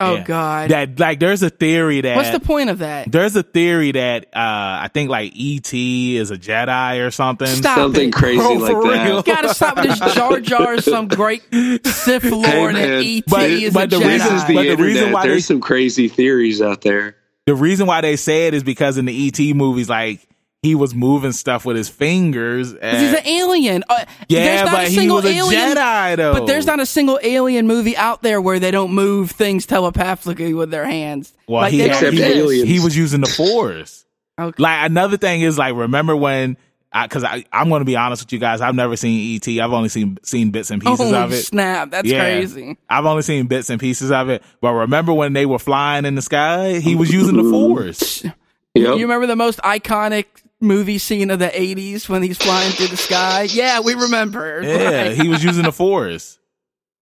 S2: Oh
S1: Yeah.
S2: God.
S1: That like, there's a theory that
S2: What's the point of that?
S1: there's a theory that uh I think like ET is a Jedi or something.
S2: Stop
S3: Something
S2: it.
S3: crazy
S1: Oh,
S3: like
S1: for
S3: that.
S1: real? (laughs)
S2: Gotta stop with this Jar Jar, is some great Sith Lord,
S3: man,
S2: and ET
S1: but-
S2: is
S1: but
S2: a
S1: the
S2: Jedi.
S1: reason
S3: This is the
S1: But the
S3: internet.
S1: reason why
S3: There's
S1: they-
S3: some crazy theories out there.
S1: The reason why they say it is because in the ET movies, like he was moving stuff with his fingers. And,
S2: He's an alien. Uh,
S1: yeah,
S2: there's not
S1: but
S2: a
S1: he
S2: single
S1: was a
S2: alien.
S1: Jedi though.
S2: But there's not a single alien movie out there where they don't move things telepathically with their hands.
S1: Well,
S2: like
S1: he,
S2: they
S1: had-
S2: don't
S3: Except
S1: he,
S2: exist.
S3: aliens.
S1: he was using the force.
S2: (laughs) Okay.
S1: Like another thing is like remember when? Because I, I'm going to be honest with you guys. I've never seen ET. I've only seen seen bits and pieces
S2: oh
S1: of it.
S2: snap! That's
S1: Yeah.
S2: crazy.
S1: I've only seen bits and pieces of it. But remember when they were flying in the sky? He was using
S2: (laughs)
S1: the force.
S3: Yep.
S2: You remember the most iconic movie scene of the '80s when he's flying through the sky? Yeah, we remember.
S1: Yeah,
S2: Right.
S1: he was using the force.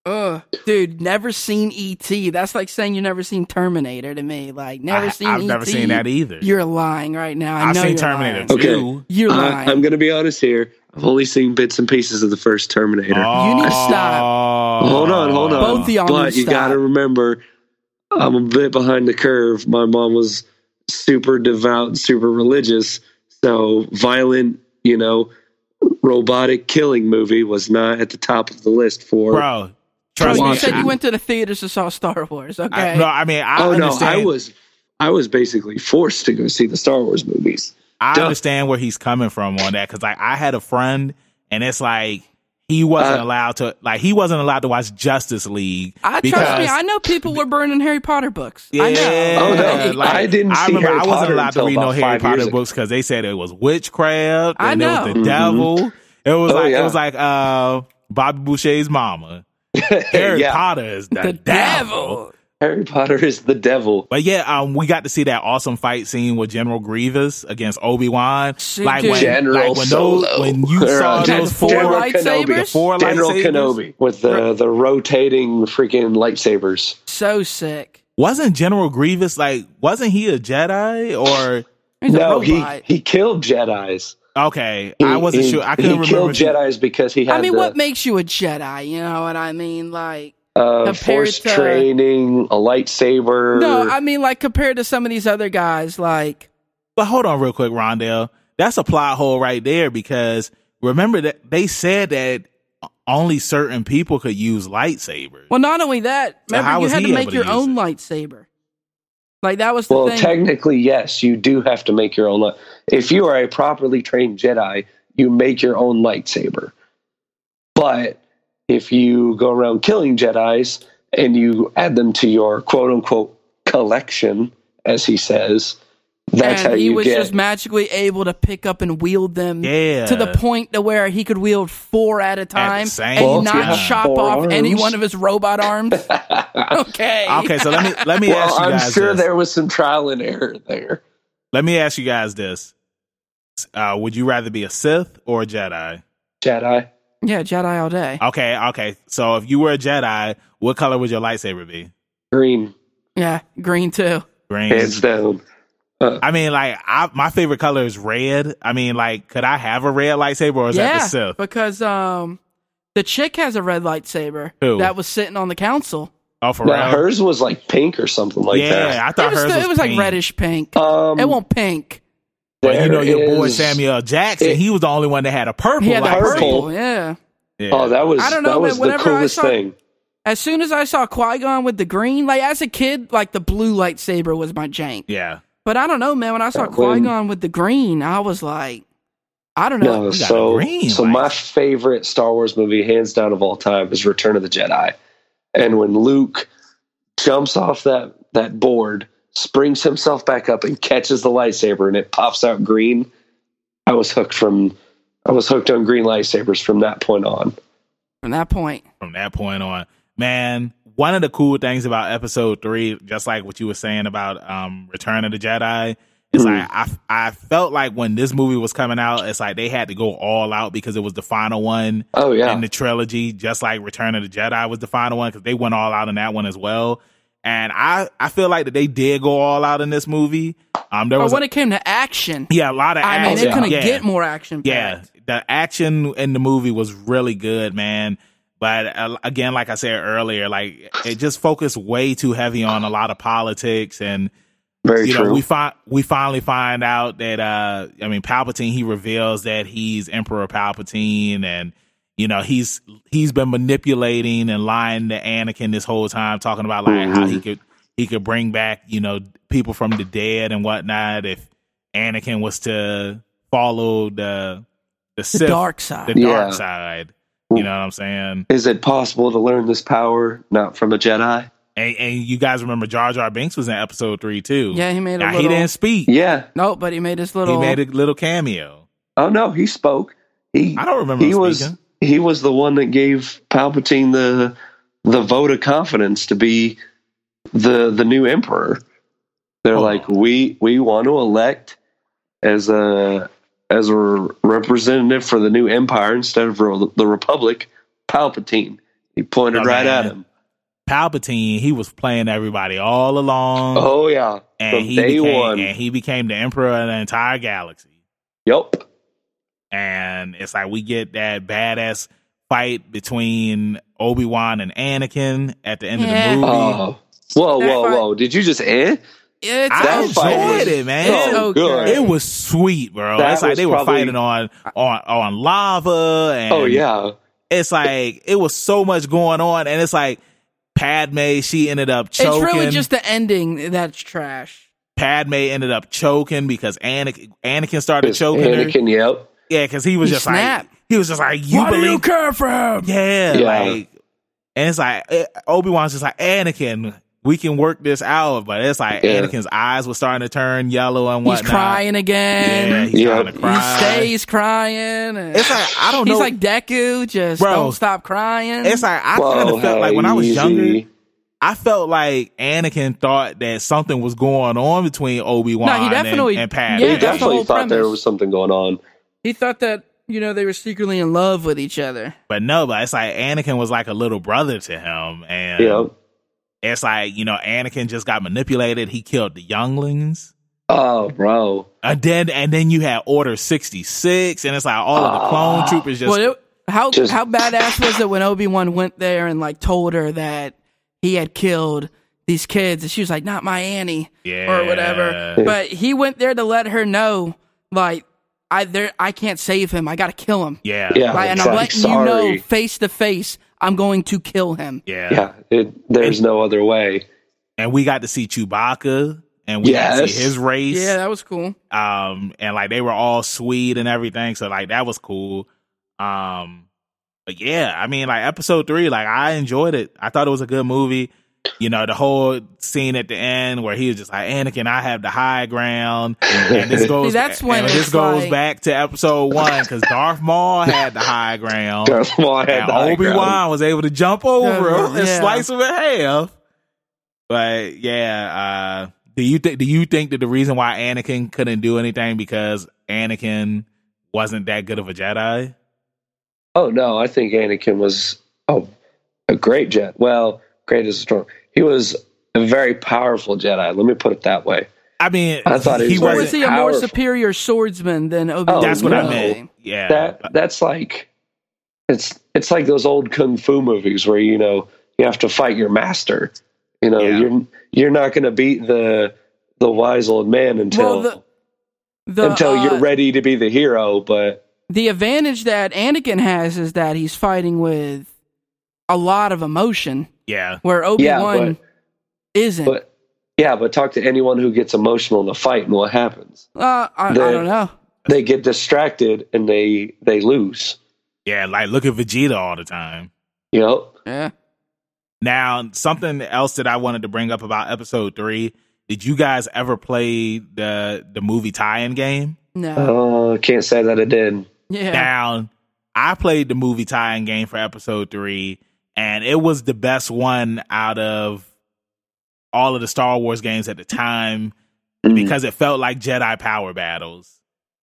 S2: Ugh. dude, never seen ET. That's like saying you never seen Terminator to me. Like (laughs) never
S1: I,
S2: seen.
S1: have
S2: ET.
S1: never seen that either.
S2: You're lying right now. I
S1: I've
S2: know
S1: seen
S2: you're
S1: Terminator
S2: lying.
S1: too.
S3: Okay. Uh,
S2: You're lying.
S3: I, am going to be honest here. I've only seen bits and pieces of the first Terminator.
S1: Oh.
S2: You need to stop.
S3: hold on, hold on.
S2: Both of y'all need
S3: but
S2: to
S3: you
S2: stop.
S3: got to remember, I'm a bit behind the curve. My mom was super devout, super religious, so violent. You know, robotic killing movie was not at the top of the list for.
S1: bro.
S2: Bro,
S1: Trust
S2: you
S1: me.
S2: said
S3: watching.
S2: you went to the theaters and saw Star Wars. Okay.
S1: I, no, I mean, I
S3: oh
S1: understand.
S3: no, I was, I was basically forced to go see the Star Wars movies.
S1: I
S3: Duh.
S1: understand where he's coming from on that because like I had a friend, and it's like he wasn't
S3: Uh,
S1: allowed to like he wasn't allowed to watch Justice League.
S2: I trust me. I know people were burning Harry Potter books. I
S1: Yeah,
S2: know.
S3: Oh, no,
S1: like,
S3: I didn't
S1: I
S3: see
S1: remember
S3: Harry
S1: I wasn't
S3: Potter
S1: allowed to
S3: until
S1: read no
S3: about
S1: Harry
S3: five years
S1: Potter
S3: ago. Mm-hmm.
S1: books because they said it was witchcraft
S2: I
S1: and it was the
S2: know.
S1: devil. It was
S3: Oh,
S1: like it
S3: yeah.
S1: was like uh Bobby Boucher's
S3: (laughs)
S1: mama. Harry
S3: Yeah.
S1: Potter is the,
S2: The
S1: devil.
S2: devil.
S3: Harry Potter is the devil.
S1: But yeah, um, we got to see that awesome fight scene with General Grievous against Obi Wan.
S2: See,
S1: Like
S2: dude.
S1: when,
S3: General
S1: like when,
S3: Solo.
S1: those, when you
S3: (laughs) Or,
S1: saw
S3: uh,
S1: those four,
S2: General
S1: light- the
S2: lightsabers?
S1: four
S3: General
S1: lightsabers,
S3: Kenobi with the, the rotating freaking lightsabers.
S2: So sick.
S1: wasn't General Grievous like? Wasn't he a Jedi or?
S2: He's a
S3: no, he
S2: robot.
S3: he killed Jedi's.
S1: Okay,
S3: He,
S1: I wasn't
S3: he-
S1: sure. I couldn't
S3: he
S1: remember.
S3: killed
S1: if he-
S3: Jedi's because he had
S2: I mean,
S3: the,
S2: what makes you a Jedi? You know what I mean? Like,
S3: uh,
S2: compared
S3: force
S2: to-
S3: training, a lightsaber.
S2: no, I mean, like, compared to some of these other guys, like,
S1: But hold on, real quick, Rondell. That's a plot hole right there because remember that they said that only certain people could use lightsabers.
S2: well, not only that,
S1: So
S2: remember,
S1: how
S2: you
S1: was
S2: had
S1: he
S2: to
S1: able
S2: make
S1: to
S2: your
S1: use
S2: own
S1: it?
S2: lightsaber. Like, that was the
S3: well,
S2: thing.
S3: technically, yes, you do have to make your own. Li- if you are a properly trained Jedi, you make your own lightsaber. But if you go around killing Jedi's and you add them to your quote unquote collection, as he says, that's
S2: and
S3: how
S2: he
S3: you
S2: was
S3: get.
S2: just magically able to pick up and wield them
S1: Yeah.
S2: to the point to where he could wield four at a time
S1: Uh, same
S2: and
S1: Well,
S2: not
S1: yeah.
S2: chop
S3: Four
S2: off any
S3: arms.
S2: one of his robot
S3: (laughs)
S2: arms. okay.
S1: okay, so let me let me ask
S3: well,
S1: you
S3: I'm
S1: guys.
S3: sure
S1: this.
S3: there was some trial and error there.
S1: Let me ask you guys this: uh, Would you rather be a Sith or a Jedi?
S3: Jedi,
S2: Yeah, Jedi all day.
S1: Okay, okay. So if you were a Jedi, what color would your lightsaber be?
S3: green,
S2: Yeah, green too.
S1: Green.
S3: hands down.
S1: I mean, like, I, my favorite color is red. I mean, like, could I have a red lightsaber or is
S2: yeah,
S1: that the Sith?
S2: because um, the chick has a red lightsaber
S1: Who?
S2: that was sitting on the council.
S1: Oh, for
S3: Now,
S1: real?
S3: hers was like pink or something like
S1: yeah, I
S2: It
S1: thought
S2: was,
S1: hers
S2: it was like
S1: pink.
S2: reddish pink.
S3: that. Um,
S2: it won't pink.
S1: Well, you know your boy
S3: is-
S1: Samuel L. Jackson.
S3: it-
S1: he was the only one that had a purple.
S2: He had the
S1: lightsaber.
S2: purple. Yeah.
S1: Yeah.
S3: Oh, that was
S2: I don't know,
S3: that
S2: man,
S3: was the
S2: whenever I
S3: coolest
S2: saw-
S3: thing.
S2: As soon as I saw Qui Gon with the green, like as a kid, like the blue lightsaber was my jank.
S1: yeah.
S2: But I don't know, man. When I saw
S3: Yeah,
S2: Qui
S3: when-
S2: Gon with the green, I was like, I don't know.
S3: No,
S1: got
S3: so
S1: green
S3: so
S1: lights.
S3: my favorite Star Wars movie, hands down of all time, is Return of the Jedi. And when Luke jumps off that that board, springs himself back up, and catches the lightsaber, and it pops out green, I was hooked from I was hooked on green lightsabers from that point on.
S2: From that point,
S1: From that point on, man, one of the cool things about Episode Three, just like what you were saying about um, Return of the Jedi, is
S3: Mhm.
S1: like I I felt like when this movie was coming out, it's like they had to go all out because it was the final one.
S3: Oh yeah,
S1: in the trilogy, just like Return of the Jedi was the final one because they went all out in that one as well. And I, I feel like that they did go all out in this movie. Um, there
S2: but
S1: was
S2: when it came to action,
S1: yeah a lot of
S2: I mean,
S1: action.
S2: it couldn't
S1: yeah,
S2: get more action.
S1: yeah, the action in the movie was really good, man. But uh, again, like I said earlier, like it just focused way too heavy on a lot of politics and
S3: very
S1: you
S3: true.
S1: know, we find we finally find out that uh I mean Palpatine he reveals that he's Emperor Palpatine and you know he's he's been manipulating and lying to Anakin this whole time talking about like how
S3: Mm-hmm.
S1: he could he could bring back, you know, people from the dead and whatnot if Anakin was to follow the the,
S2: the
S1: Sith,
S2: dark side.
S1: the
S3: Yeah.
S1: dark side. You know what I'm saying?
S3: is it possible to learn this power not from a Jedi?
S1: And, and you guys remember Jar Jar Binks was in episode three too.
S2: yeah, he made a
S1: Now,
S2: little.
S1: he didn't speak.
S3: Yeah.
S2: no, but he made his
S1: He
S2: little.
S1: made a little cameo.
S3: Oh no, he spoke. He
S1: I don't remember
S3: he
S1: him
S3: was
S1: speaking.
S3: he was the one that gave Palpatine the the vote of confidence to be the the new emperor. They're
S1: Oh.
S3: like we we want to elect as a as a representative for the new empire instead of re- the republic Palpatine. He pointed
S1: Oh,
S3: right
S1: man.
S3: at him.
S1: Palpatine, he was playing everybody all along,
S3: Oh yeah,
S1: and
S3: from
S1: he
S3: day
S1: became,
S3: one.
S1: and he became the emperor of the entire galaxy.
S3: Yup.
S1: And it's like we get that badass fight between Obi Wan and Anakin at the end
S2: Yeah.
S1: of the movie.
S3: Oh. Whoa,
S2: That
S3: whoa,
S2: fight-
S3: whoa! Did you just eh?
S2: It's
S1: I
S3: That fight
S1: enjoyed
S3: was
S1: it, man.
S2: It's
S3: so good.
S2: okay.
S1: It was sweet, bro.
S3: That
S1: it's like
S3: was
S1: they were
S3: probably-
S1: fighting on on on lava. And
S3: Oh yeah,
S1: it's like it was so much going on, and it's like Padme. She ended up
S2: It's
S1: choking.
S2: really just the ending that's trash.
S1: Padme ended up choking because Anakin, Anakin started choking her.
S3: Anakin. Yep.
S1: Yeah, because he was
S2: He
S1: just
S2: snapped.
S1: like he was just like you
S2: Why do
S1: believe.
S2: you care for him?
S1: yeah,
S3: Yeah.
S1: like and it's like Obi Wan's just like Anakin. We can work this out, but it's like
S3: Yeah.
S1: Anakin's eyes were starting to turn yellow and
S2: He's
S1: whatnot.
S2: crying
S1: Yeah,
S2: again.
S1: he's
S3: Yeah.
S1: trying to
S3: He
S1: cry.
S2: He stays crying. and-
S1: It's like I don't
S2: he's
S1: know.
S2: like Deku, just
S1: Bro.
S2: don't stop crying.
S1: it's like I
S3: Whoa,
S1: kind of felt like when I was
S3: easy.
S1: younger, I felt like Anakin thought that something was going on between Obi Wan
S2: definitely-
S1: and, and Padme.
S2: yeah,
S3: he
S2: that's the
S3: definitely
S2: whole
S3: thought there
S2: premise.
S3: was something going on.
S2: he thought that you know they were secretly in love with each other.
S1: But no, but it's like Anakin was like a little brother to him, and
S3: Yeah.
S1: it's like you know Anakin just got manipulated. He killed the younglings,
S3: Oh, bro.
S1: and then and then you had Order sixty six, and it's like all of the clone
S3: Ah.
S1: troopers just
S2: well, it, how
S3: just-
S2: how badass was it when Obi Wan went there and like told her that he had killed these kids, and she was like, "Not my Annie."
S1: yeah
S2: or whatever. But he went there to let her know, like, I there I can't save him. I gotta kill him.
S1: Yeah,
S3: Yeah.
S2: Like, and
S3: it's
S2: I'm
S3: like,
S2: letting you know,
S3: Oh, sorry.
S2: face to face, I'm going to kill him.
S1: yeah,
S3: Yeah. It, there's no other way.
S1: And we got to see Chewbacca, and we got to
S3: Yes.
S1: see his race.
S2: Yeah, that was cool.
S1: um and like they were all sweet and everything so like that was cool um but yeah i mean like episode three like i enjoyed it i thought it was a good movie you know the whole scene at the end where he was just like anakin i have the high ground and this goes
S2: that's when
S1: and
S2: it's
S1: this goes
S2: like-
S1: back to episode one because darth maul had the high
S3: (laughs)
S1: ground
S3: Darth Maul had
S1: and
S3: the high
S1: Obi
S3: ground.
S1: Wan was able to jump over
S2: Yeah,
S1: him and
S2: yeah.
S1: slice him in half. But yeah, uh, do you think do you think that the reason why Anakin couldn't do anything because Anakin wasn't that good of a Jedi?
S3: Oh no, I think Anakin was oh a great Jedi. Well, great is strong. He was a very powerful Jedi. Let me put it that way.
S1: I mean,
S3: I thought he
S1: he
S3: was-
S2: Or
S1: wasn't.
S2: was he a more
S3: powerful.
S2: superior swordsman than Obi? Wan?
S3: Oh,
S1: that's what I
S3: no.
S1: meant. Yeah, uh,
S3: That that's like it's it's like those old kung fu movies where you know you have to fight your master. You know
S1: Yeah.
S3: you're you're not going to beat the the wise old man
S2: Well,
S3: until
S2: the- The,
S3: until
S2: uh,
S3: you're ready to be the hero. But
S2: the advantage that Anakin has is that he's fighting with a lot of emotion,
S1: Yeah.
S2: where Obi
S3: Yeah,
S2: Wan isn't.
S3: but yeah, but talk to anyone who gets emotional in a fight, and what happens?
S2: uh, I, I
S3: the-
S2: don't know.
S3: They get distracted and they they lose.
S1: Yeah. Like look at Vegeta all the time.
S3: You know,
S2: Yeah.
S1: Now, something else that I wanted to bring up about episode three. Did you guys ever play the the movie tie-in game?
S2: No.
S3: oh, can't say that I did.
S2: yeah.
S1: Now, I played the movie tie-in game for episode three, and it was the best one out of all of the Star Wars games at the time
S3: Hmm. Mm.
S1: because it felt like Jedi power battles.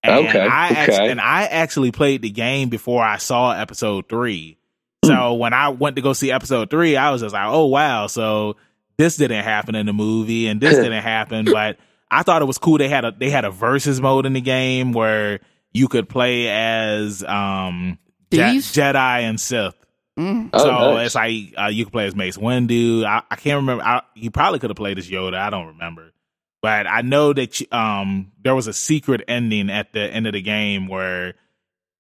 S1: And
S3: Okay,
S1: I act-
S3: okay.
S1: and I actually played the game before I saw episode three. So
S3: Hmm.
S1: when I went to go see episode three, I was just like, oh wow, so this didn't happen in the movie and
S3: (laughs)
S1: this didn't happen. But I thought it was cool they had a they had a versus mode in the game where you could play as um Je-
S2: These?
S1: Jedi and Sith.
S2: Mm.
S3: Oh,
S1: so
S3: nice.
S1: it's like uh, you could play as Mace Windu. I, I can't remember. I, you probably could have played as Yoda. I don't remember, but I know that you- um there was a secret ending at the end of the game where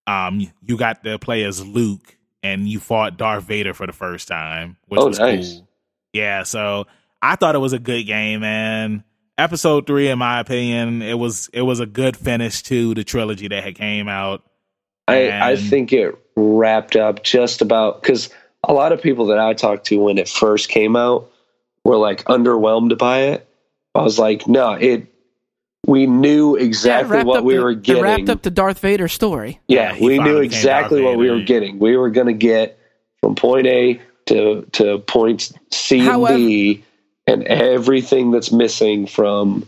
S1: um you got to play as Luke and you fought Darth Vader for the first time, which
S3: Oh,
S1: was
S3: nice.
S1: cool. Yeah, so I thought it was a good game, man. Episode three, in my opinion, it was it was a good finish to the trilogy that had came out.
S3: I, I
S1: And-
S3: think it wrapped up just about because a lot of people that I talked to when it first came out were like underwhelmed by it. I was like, no, it. We knew
S2: Yeah, it
S3: exactly
S2: wrapped
S3: what
S2: up
S3: we
S2: the-
S3: were
S2: It wrapped
S3: getting.
S2: up the Darth Vader story.
S1: Yeah,
S3: yeah,
S1: he
S3: we
S1: finally
S3: knew
S1: came
S3: exactly
S1: out
S3: what we
S1: there,
S3: were
S1: yeah.
S3: getting. We were going to get from point A to to point C
S2: However-
S3: and D, and everything that's missing from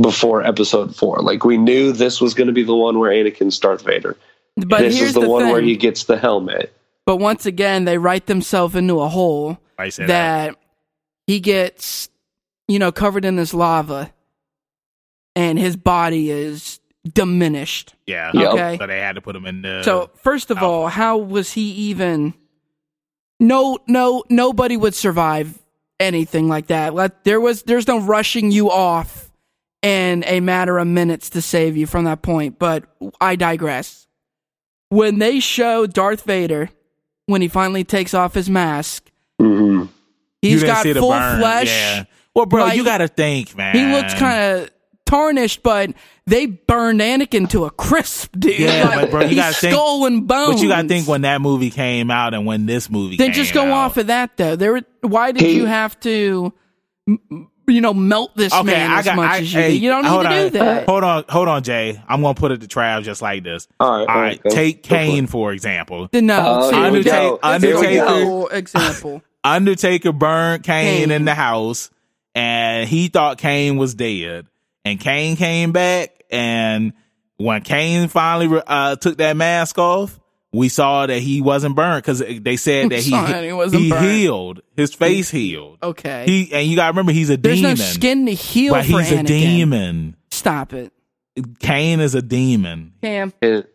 S3: before episode four. Like we knew this was going to be the one where Anakin's Darth Vader.
S2: But
S3: this
S2: here's
S3: is the, one
S2: thing.
S3: where he gets the helmet.
S2: But once again, they write themselves into a hole
S1: I say
S2: that,
S1: that.
S2: he gets, you know, covered in this lava, and his body is diminished.
S1: Yeah.
S3: Yeah.
S2: Okay.
S1: So they had to put him in the.
S2: So first of
S1: Uh, Alpha.
S2: all, how was he even? No, no, nobody would survive anything like that. Let, there was, there's no rushing you off in a matter of minutes to save you from that point. But I digress. When they show Darth Vader, when he finally takes off his mask,
S3: hmm
S1: You
S2: he's
S1: didn't
S2: got
S1: see the
S2: full
S1: burn,
S2: flesh.
S1: yeah. Well, bro,
S2: Like,
S1: you got to think, man.
S2: He looks kind of tarnished, but they burned Anakin to a crisp, dude.
S1: Yeah,
S2: (laughs) like,
S1: but bro, you
S2: he's
S1: gotta think-
S2: skull and bones.
S1: But you got to think when that movie came out and when this movie.
S2: Then
S1: came
S2: just go
S1: out.
S2: off of that though. There, were- why did
S3: He-
S2: you have to, m- you know, melt this
S1: Okay,
S2: man
S1: I
S2: as
S1: got.
S2: much
S1: I,
S2: as you
S1: hey,
S2: did? You don't
S1: hold
S2: need to
S1: on,
S2: do that.
S1: Hold on, hold on, Jay. I'm gonna put it to trial just like this.
S3: All right,
S1: All right,
S3: go-
S1: take
S3: go for it.
S1: Kane for example.
S2: Then no,
S3: Oh,
S2: see,
S1: here we
S2: that-
S1: go.
S2: that's
S1: Here we
S2: a
S1: go.
S2: horrible example.
S1: Undertaker burned Kane
S2: Kane.
S1: in the house, and he thought Kane was dead. And Kane came back, and when Kane finally uh, took that mask off, we saw that he wasn't burned because they said that he
S2: Saw that he wasn't
S1: he
S2: burned.
S1: healed, his face healed.
S2: Okay,
S1: He and you gotta remember he's a
S2: there's
S1: demon,
S2: no skin to heal
S1: but
S2: for
S1: he's
S2: Anakin.
S1: a demon.
S2: Stop it,
S1: Kane is a demon.
S2: Cam.
S3: It-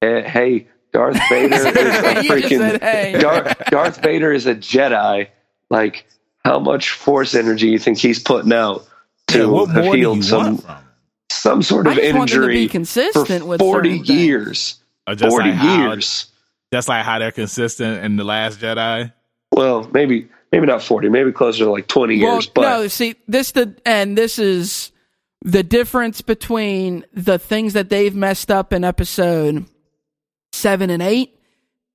S3: eh, hey, Darth Vader is
S2: (laughs)
S3: a
S2: You just
S3: freaking
S2: said, "Hey."
S3: Dar- Darth Vader is a Jedi. Like, how much force energy you think he's putting out
S1: Yeah,
S3: to
S1: what
S3: have
S1: more do you
S3: healed
S1: want
S3: some
S1: from him?
S3: some sort
S2: I
S3: of
S2: just want them to be
S3: injury for
S2: consistent with
S3: forty
S2: certain things.
S3: years?
S1: Or just
S3: forty
S1: like how-
S3: years.
S1: just like how they're consistent in the Last Jedi.
S3: Well, maybe maybe not forty. Maybe closer to like twenty years. But
S2: no, see this the and this is the difference between the things that they've messed up in episode seven and eight,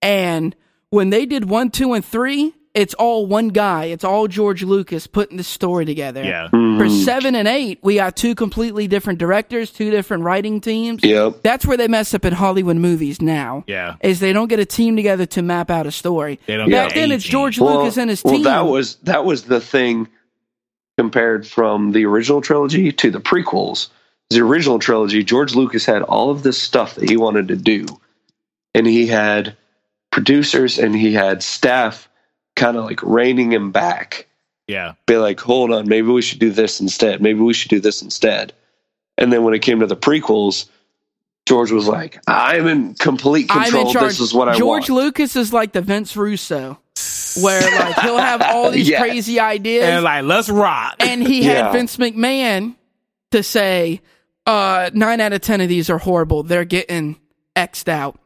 S2: and when they did one, two, and three, it's all one guy. It's all George Lucas putting the story together.
S1: Yeah,
S3: Mm-hmm.
S2: For seven and eight, we got two completely different directors, two different writing teams.
S3: yep.
S2: That's where they mess up in Hollywood movies now.
S1: yeah.
S2: Is they don't get a team together to map out a story.
S1: They don't
S2: Back
S1: get
S2: then,
S1: a
S2: it's
S1: team.
S2: George Lucas and his
S3: well,
S2: team.
S3: that was that was the thing compared from the original trilogy to the prequels. The original trilogy, George Lucas had all of this stuff that he wanted to do, and he had producers and he had staff kind of like reining him back,
S1: Yeah,
S3: be like, "Hold on, maybe we should do this instead. Maybe we should do this instead." And then when it came to the prequels, George was like, "I'm in complete control. This is what I
S2: George
S3: want."
S2: Lucas is like the Vince Russo, where like he'll have all
S3: (laughs)
S2: these
S3: Yes.
S2: crazy ideas,
S1: and
S2: and,
S1: like let's rock.
S2: he had
S3: Yeah.
S2: Vince McMahon to say, uh, nine out of ten of these are horrible. They're getting xed out.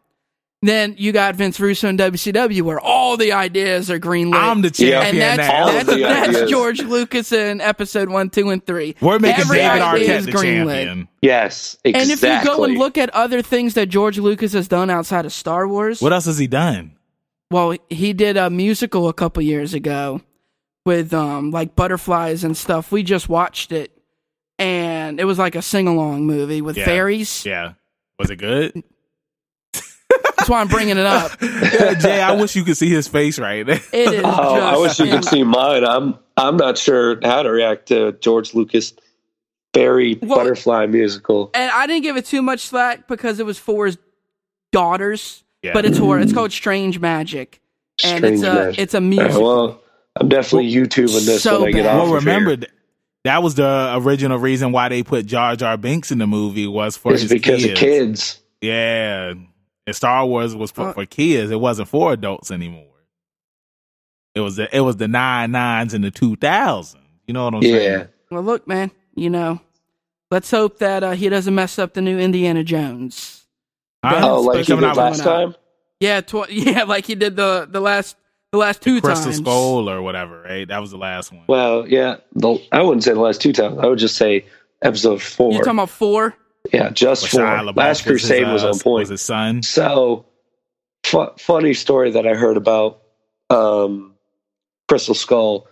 S2: Then you got Vince Russo and WCW, where all the ideas are greenlit.
S1: I'm the
S3: Yeah.
S1: champion
S2: and that's,
S1: now.
S3: All of
S2: that's,
S3: the
S2: that's
S3: ideas.
S2: George Lucas in episode one, two, and three.
S1: We're making
S2: Every
S1: David
S2: idea is
S1: Arquette the
S2: greenlit.
S1: champion.
S3: Yes, exactly.
S2: And if you go and look at other things that George Lucas has done outside of Star Wars,
S1: What else has he done?
S2: well, he did a musical a couple years ago with um like butterflies and stuff. We just watched it, and it was like a sing along movie with
S1: Yeah.
S2: fairies.
S1: Yeah. Was it good?
S2: That's why I'm bringing it
S3: (laughs)
S2: up.
S1: Yeah, (laughs) Jay, I wish you could see his face right now.
S2: It is.
S3: Oh,
S2: just
S3: I wish you
S2: in-
S3: could see mine. I'm I'm not sure how to react to George Lucas fairy
S2: Well-
S3: butterfly musical.
S2: And I didn't give it too much slack because it was for his daughters,
S1: Yeah.
S2: (laughs) but it's horror. It's called Strange Magic, and it's a
S3: Strange Magic.
S2: it's a
S3: All right,
S2: musical.
S3: well, I'm definitely YouTubing this
S2: So
S3: when I get
S2: bad.
S3: off.
S1: Well,
S3: of here.
S1: remember th- that was the original reason why they put Jar Jar Binks in the movie was for
S3: it's
S1: his
S3: because
S1: kids.
S3: of kids.
S1: Yeah, and Star Wars was for,
S2: Uh,
S1: for kids. It wasn't for adults anymore. It was the, it was the nine nines in the two thousand. You know what I'm
S3: Yeah,
S1: saying?
S2: Well, look, man, you know, let's hope that uh, he doesn't mess up the new Indiana Jones.
S1: Huh?
S3: oh,
S1: Especially
S3: like you
S1: coming out
S3: did
S1: with
S3: last time.
S2: Yeah, tw- (laughs) yeah, like he did the the last the last two
S1: Crystal
S2: times.
S1: Skull or whatever. Right, that was the last one.
S3: Well, yeah, the, I wouldn't say the last two times. I would just say episode
S2: You
S3: four.
S2: talking about four?
S3: yeah, just
S1: Where
S3: four.
S1: Shia LaBeouf
S3: Last
S1: was his,
S3: Crusade was
S1: uh,
S3: on point.
S1: Was his son?
S3: So, fu- funny story that I heard about um, Crystal Skull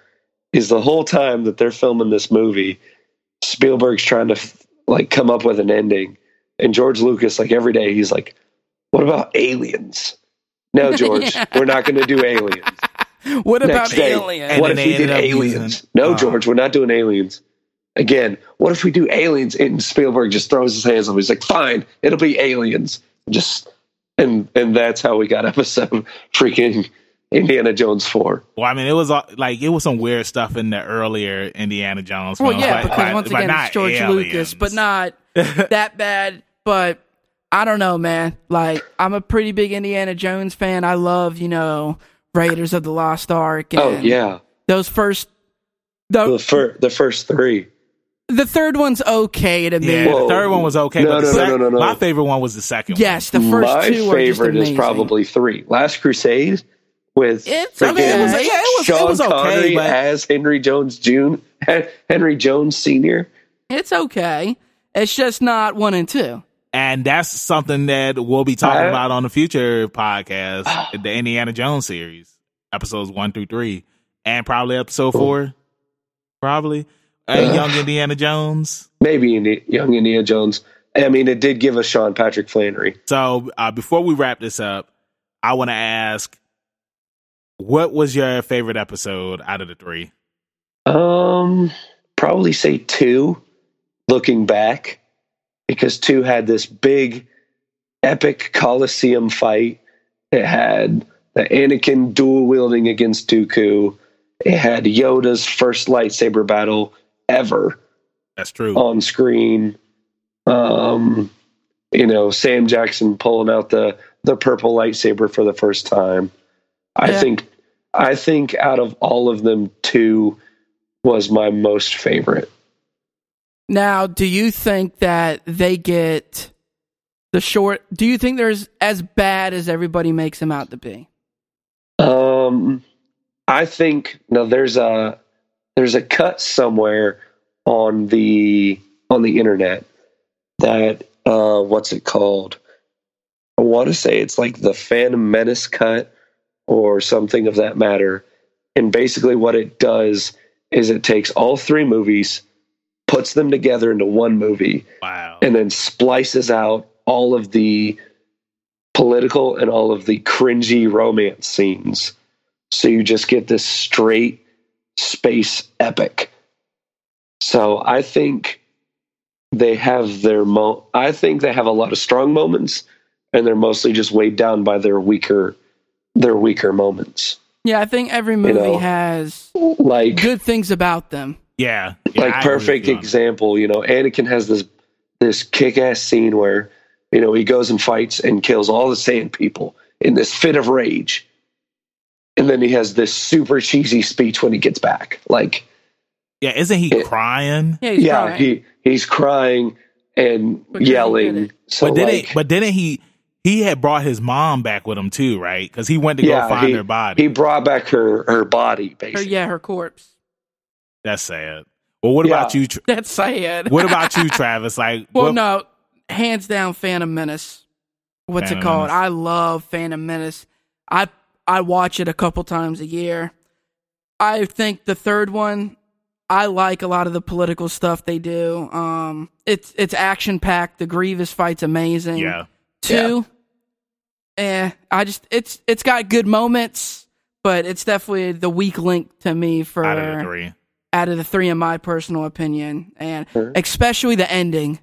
S3: is the whole time that they're filming this movie, Spielberg's trying to f- like come up with an ending, and George Lucas like every day he's like, "What about aliens?" No, George,
S2: Yeah.
S3: we're not going to do aliens.
S2: What
S3: Next
S2: about
S3: day.
S2: aliens?
S1: And
S3: what
S1: then
S3: if
S1: they
S3: we did
S1: ended up
S3: aliens?
S1: using-
S3: no,
S1: Oh.
S3: George, we're not doing aliens. Again, what if we do aliens? And Spielberg just throws his hands up. He's like, "Fine, it'll be aliens." Just and and that's how we got (laughs) episode freaking Indiana Jones four.
S1: Well, I mean, it was uh, like it was some weird stuff in the earlier Indiana Jones.
S2: Well,
S1: films,
S2: yeah,
S1: Oh, but-
S2: because
S1: but-
S2: once
S1: but
S2: again, it's
S1: not
S2: George Lucas,
S1: aliens. (laughs)
S2: but not that bad. But I don't know, man. Like I'm a pretty big Indiana Jones fan. I love you know Raiders of the Lost Ark. And
S3: Oh yeah,
S2: those first. The,
S3: the fir- the first three.
S2: the third one's okay to me.
S1: Yeah,
S3: Whoa.
S1: the third one was okay.
S3: No,
S1: but the
S3: no, no,
S1: sec-
S3: no, no, no.
S1: My favorite one was the second.
S2: Yes, the first
S3: My
S2: two are just
S3: favorite is
S2: amazing.
S3: probably three. Last Crusade with
S2: It's- I mean, it
S3: freaking
S2: was- yeah, it
S1: was- it was
S3: Sean
S1: okay,
S3: Connery
S1: but-
S3: as Henry Jones Jr. (laughs) Henry Jones Senior.
S2: It's okay. It's just not one and two.
S1: one, and that's something that we'll be talking
S3: I-
S1: about on the future
S3: (sighs)
S1: podcast, the Indiana Jones series, episodes one through three, and probably episode four, probably. Uh,
S3: Ugh.
S1: young Indiana Jones.
S3: maybe Indi- young Indiana Jones. I mean, it did give us Sean Patrick Flannery.
S1: So uh, before we wrap this up, I want to ask, what was your favorite episode out of the three?
S3: Um, probably say two, looking back, because two had this big, epic Coliseum fight. It had the Anakin dual wielding against Dooku. It had Yoda's first lightsaber battle ever
S1: That's true.
S3: on screen. Um, you know, Sam Jackson pulling out the the purple lightsaber for the first time. I
S2: Yeah.
S3: think I think out of all of them, two was my most favorite.
S2: Now, do you think that they get the short? Do you think they're as- as bad as everybody makes them out to be?
S3: Um, I think now there's a there's a cut somewhere on the on the internet that uh, what's it called? I want to say it's like the Phantom Menace cut or something of that matter. And basically, what it does is it takes all three movies, puts them together into one movie,
S1: Wow.
S3: and then splices out all of the political and all of the cringy romance scenes. So you just get this straight space epic. So I think they have their mo I think they have a lot of strong moments and they're mostly just weighed down by their weaker their weaker moments.
S2: Yeah, I think every movie
S3: know.
S2: has
S3: Like
S2: good things about them.
S1: Yeah. yeah, I
S3: like
S1: agree with
S3: perfect
S1: you on that.
S3: example. You know, Anakin has this this kick ass scene where you know he goes and fights and kills all the Sand people in this fit of rage, and then he has this super cheesy speech when he gets back. Like,
S1: Yeah, isn't he crying?
S2: Yeah, he's
S3: yeah,
S2: right.
S3: he he's crying, and
S2: But he did
S3: yelling.
S2: it.
S1: But
S3: So
S1: didn't
S3: like,
S1: but didn't he he had brought his mom back with him too, right? Because he went to
S3: yeah,
S1: go find
S3: he,
S1: her body.
S3: he brought back her her body
S2: Or,
S3: basically.
S2: yeah, her corpse. (laughs)
S1: That's sad. Well, what about
S3: Yeah.
S1: you? Tra-
S2: That's sad.
S1: What about you, Travis? Like,
S2: Well,
S1: what-
S2: no, hands down, Phantom Menace. What's
S1: Phantom
S2: it called?
S1: Menace.
S2: I love Phantom Menace. I I watch it a couple times a year. I think the third one. I like a lot of the political stuff they do. Um, it's it's action packed. The Grievous fight's amazing.
S1: yeah,
S2: Two. Eh, I just it's it's got good moments, but it's definitely the weak link to me for
S1: out of the three,
S2: out of the three in my personal opinion and
S3: Sure.
S2: especially the ending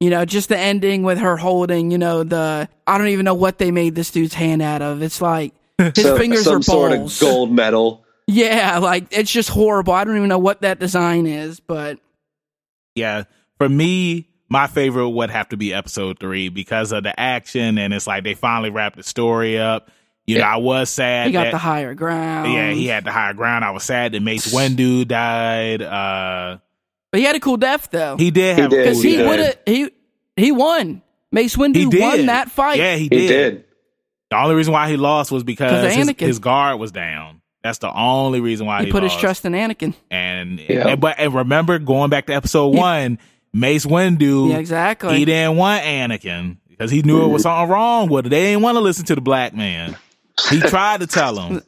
S2: you know just the ending with her holding you know the i don't even know what they made this dude's hand out of it's
S3: (laughs)
S2: like his
S3: So-
S2: fingers
S3: some
S2: are
S3: sort of
S2: balls
S3: gold medal.
S2: (laughs) yeah like it's just horrible i don't even know what that design is but
S1: yeah. For me, my favorite would have to be episode three because of the action, and it's like they finally wrapped the story up. You know, I was sad.
S2: he got
S1: that-
S2: the higher ground
S1: yeah, he had the higher ground. I was sad that
S2: (sighs)
S1: Mace Windu died. Uh,
S2: but he had a cool death though
S1: he did
S3: He
S1: have
S3: did.
S1: a
S2: because
S1: cool
S3: he
S2: he,
S1: death.
S2: would have he he won mace
S1: He
S2: windu
S1: did
S2: won that fight
S1: Yeah, he
S3: He
S1: did.
S3: did.
S1: The only reason why he lost was
S2: 'Cause
S1: because
S2: of
S1: his,
S2: Anakin.
S1: his guard was down. That's the only reason why
S2: he,
S1: he,
S2: put his
S1: lost.
S2: trust in anakin
S1: And,
S3: Yeah.
S1: and- but and remember going back to episode
S2: Yeah.
S1: one, Mace Windu,
S2: yeah exactly
S1: he didn't want Anakin because he knew it was something wrong with it. They didn't want to listen to the black man.
S2: (laughs)
S1: He tried to tell him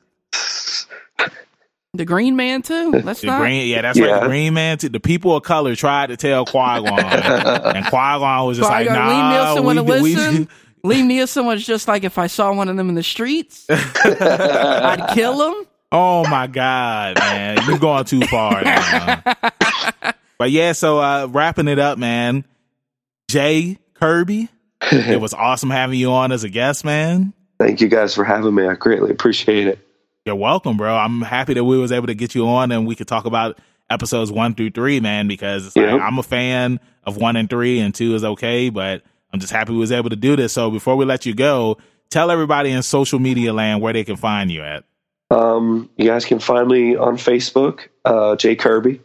S2: the green man too let's
S1: the
S2: not
S1: green, yeah, that's right,
S3: Yeah.
S1: the green man. T- the people of color tried to tell Qui Gon, and Qui Gon was just like,
S2: Qui-Gon, Liam
S1: "Nah,
S2: Neeson
S1: we,
S2: wanna
S1: we-
S2: listen?" Liam Neeson was just like, if I saw one of them in the streets, I'd kill him.
S1: Oh my God, man. You're going too far now.
S2: (laughs)
S1: but yeah, so uh, wrapping it up, man. Jay Kirby, it was awesome having you on as a guest, man.
S3: Thank you guys for having me. I greatly appreciate it.
S1: You're welcome, bro. I'm happy that we was able to get you on and we could talk about episodes one through three, man, because it's like,
S3: Yeah.
S1: I'm a fan of one and three and two is okay, but I'm just happy we was able to do this. So before we let you go, tell everybody in social media land where they can find you at.
S3: Um, you guys can find me on Facebook, uh, Jay Kirby.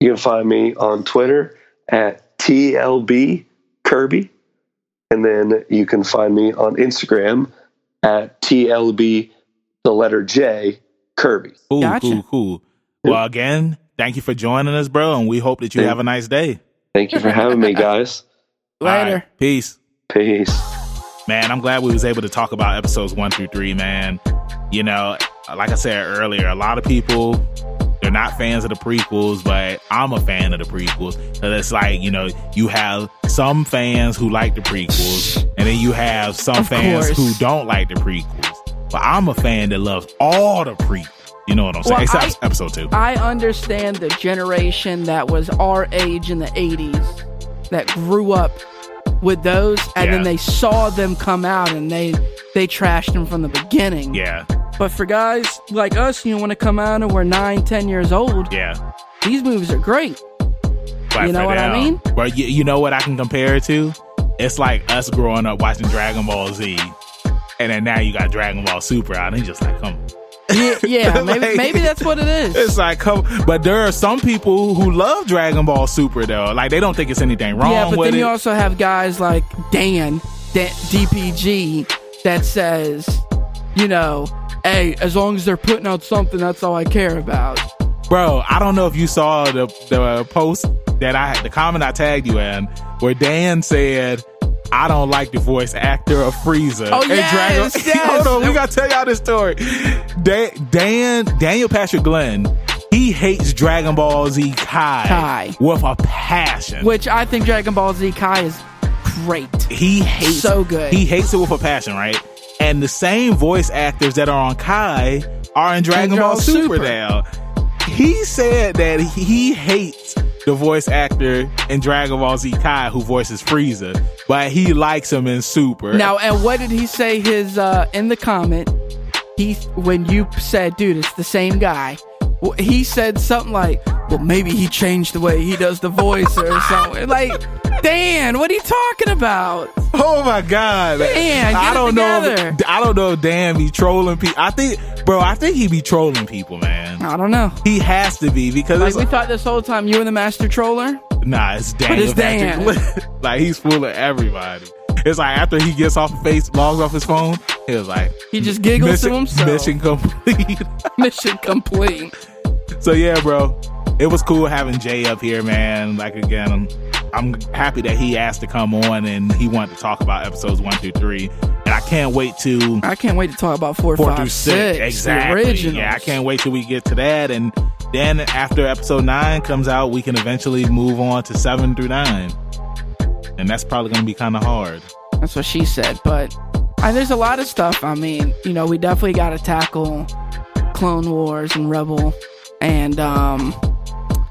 S3: You can find me on Twitter at TLB Kirby. And then you can find me on Instagram at TLB, the letter J, Kirby.
S1: Cool,
S2: Gotcha.
S1: cool, cool. Well, again, thank you for joining us, bro, and we hope that you
S3: Thank-
S1: have a nice day.
S3: Thank you for having me, guys.
S1: All
S2: Later.
S1: right, peace.
S3: Peace.
S1: Man, I'm glad we was able to talk about episodes one through three, man. You know, like I said earlier, a lot of people they're not fans of the prequels, but I'm a fan of the prequels. So it's like, you know, you have some fans who like the prequels, and then you have some
S2: Of
S1: fans
S2: course.
S1: who don't like the prequels. But I'm a fan that loves all the prequels. You know what I'm saying?
S2: Well,
S1: Except episode two.
S2: I understand the generation that was our age in the 80s that grew up with those and
S1: Yeah.
S2: then they saw them come out and they they trashed them from the beginning.
S1: yeah,
S2: But for guys like us, you know, when it come out and we're nine, ten years old,
S1: yeah.
S2: these movies are great.
S1: But
S2: You know
S1: for
S2: what I
S1: them-
S2: mean?
S1: But you, you know what I can compare it to? It's like us growing up watching Dragon Ball Z, and then now you got Dragon Ball Super out, and you just like, come. on.
S2: Yeah, yeah maybe
S1: Like-
S2: maybe that's what it is.
S1: It's like, come. But there are some people who love Dragon Ball Super though. Like they don't think it's anything wrong
S2: Yeah, but
S1: with
S2: then
S1: it.
S2: you also have guys like Dan, Dan DPG that says, you know, hey, as long as they're putting out something, that's all I care about.
S1: Bro, I don't know if you saw the the post that I the comment I tagged you in where Dan said. I don't like the voice actor of Frieza.
S2: Oh,
S1: in
S2: yes, yes.
S1: (laughs) Hold on, we gotta tell y'all this story. Dan, Dan Daniel Patrick Glenn, he hates Dragon Ball Z Kai,
S2: Kai.
S1: with a passion.
S2: Which I think Dragon Ball Z Kai is great.
S1: he hates
S2: So good.
S1: He hates it with a passion, right? And the same voice actors that are on Kai are in Dragon
S2: Dragon
S1: Ball
S2: Ball
S1: Super,
S2: Super.
S1: now. He said that he hates the voice actor in Dragon Ball Z Kai who voices Frieza, but he likes him in Super.
S2: Now, and what did he say his uh in the comment? He when you said, dude, it's the same guy. wh- He said something like, "Well, maybe he changed the way he does the voice or something." Like, Dan, what are you talking about?
S1: (laughs) oh my god,
S2: Dan, get
S1: I
S2: it
S1: don't know.
S2: together.
S1: If, I don't know if Dan be trolling people. I think, bro, I think he be trolling people, man.
S2: I don't know.
S1: He has to be because
S2: Like
S1: it's
S2: we thought this whole time you were the master troller.
S1: Nah, it's Dan.
S2: it's Dan.
S1: Patrick. (laughs) like he's fooling everybody. It's like after he gets off face, logs off his phone, he was like,
S2: He just giggles
S1: mission,
S2: to himself.
S1: Mission complete. (laughs)
S2: (laughs) Mission complete.
S1: so yeah, bro, it was cool having Jay up here, man. Like again, I'm, I'm happy that he asked to come on and he wanted to talk about episodes one through three, and I can't wait to
S2: I can't wait to talk about four,
S1: four
S2: five,
S1: through six.
S2: six, the
S1: Exactly.
S2: originals.
S1: Yeah, I can't wait till we get to that. And then after episode nine comes out, we can eventually move on to seven through nine. And that's probably going to be kind of hard.
S2: That's what she said. But and there's a lot of stuff. I mean, you know, we definitely got to tackle Clone Wars and Rebel, and um,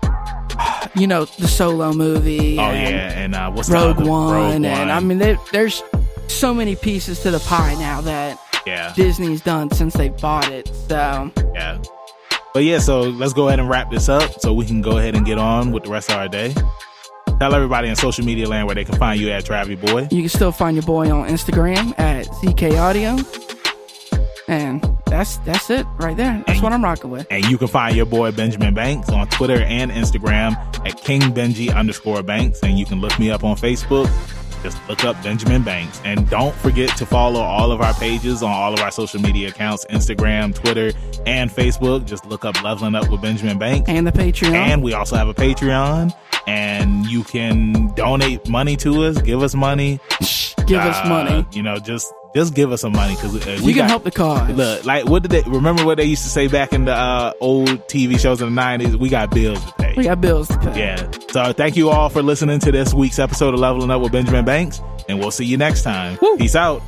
S2: (sighs) you know, the Solo movie.
S1: Oh,
S2: and
S1: yeah. And uh, what's
S2: Rogue
S1: the other-
S2: One,
S1: Rogue
S2: and
S1: One.
S2: I mean, there, there's so many pieces to the pie now that
S1: yeah,
S2: Disney's done since they bought it. So
S1: yeah. But yeah, so let's go ahead and wrap this up so we can go ahead and get on with the rest of our day. Tell everybody in social media land where they can find you at Travy Boy.
S2: you can still find your boy on Instagram at ZK Audio, and that's that's it right there. That's what I'm rocking with.
S1: And you can find your boy Benjamin Banks on Twitter and Instagram at King Benji underscore Banks. And you can look me up on Facebook. Just look up Benjamin Banks. And don't forget to follow all of our pages on all of our social media accounts Instagram, Twitter, and Facebook. Just look up Leveling Up with Benjamin Banks.
S2: And the Patreon.
S1: And we also have a Patreon. And you can donate money to us, give us money.
S2: Give us
S1: Uh,
S2: money.
S1: You know, just just give us some money uh, because
S2: You can help the cause.
S1: Look, like what did they remember what they used to say back in the uh, old TV shows in the nineties? We got bills to pay.
S2: We got bills to pay.
S1: yeah. So thank you all for listening to this week's episode of Leveling Up with Benjamin Banks, and we'll see you next time.
S2: Woo.
S1: Peace out.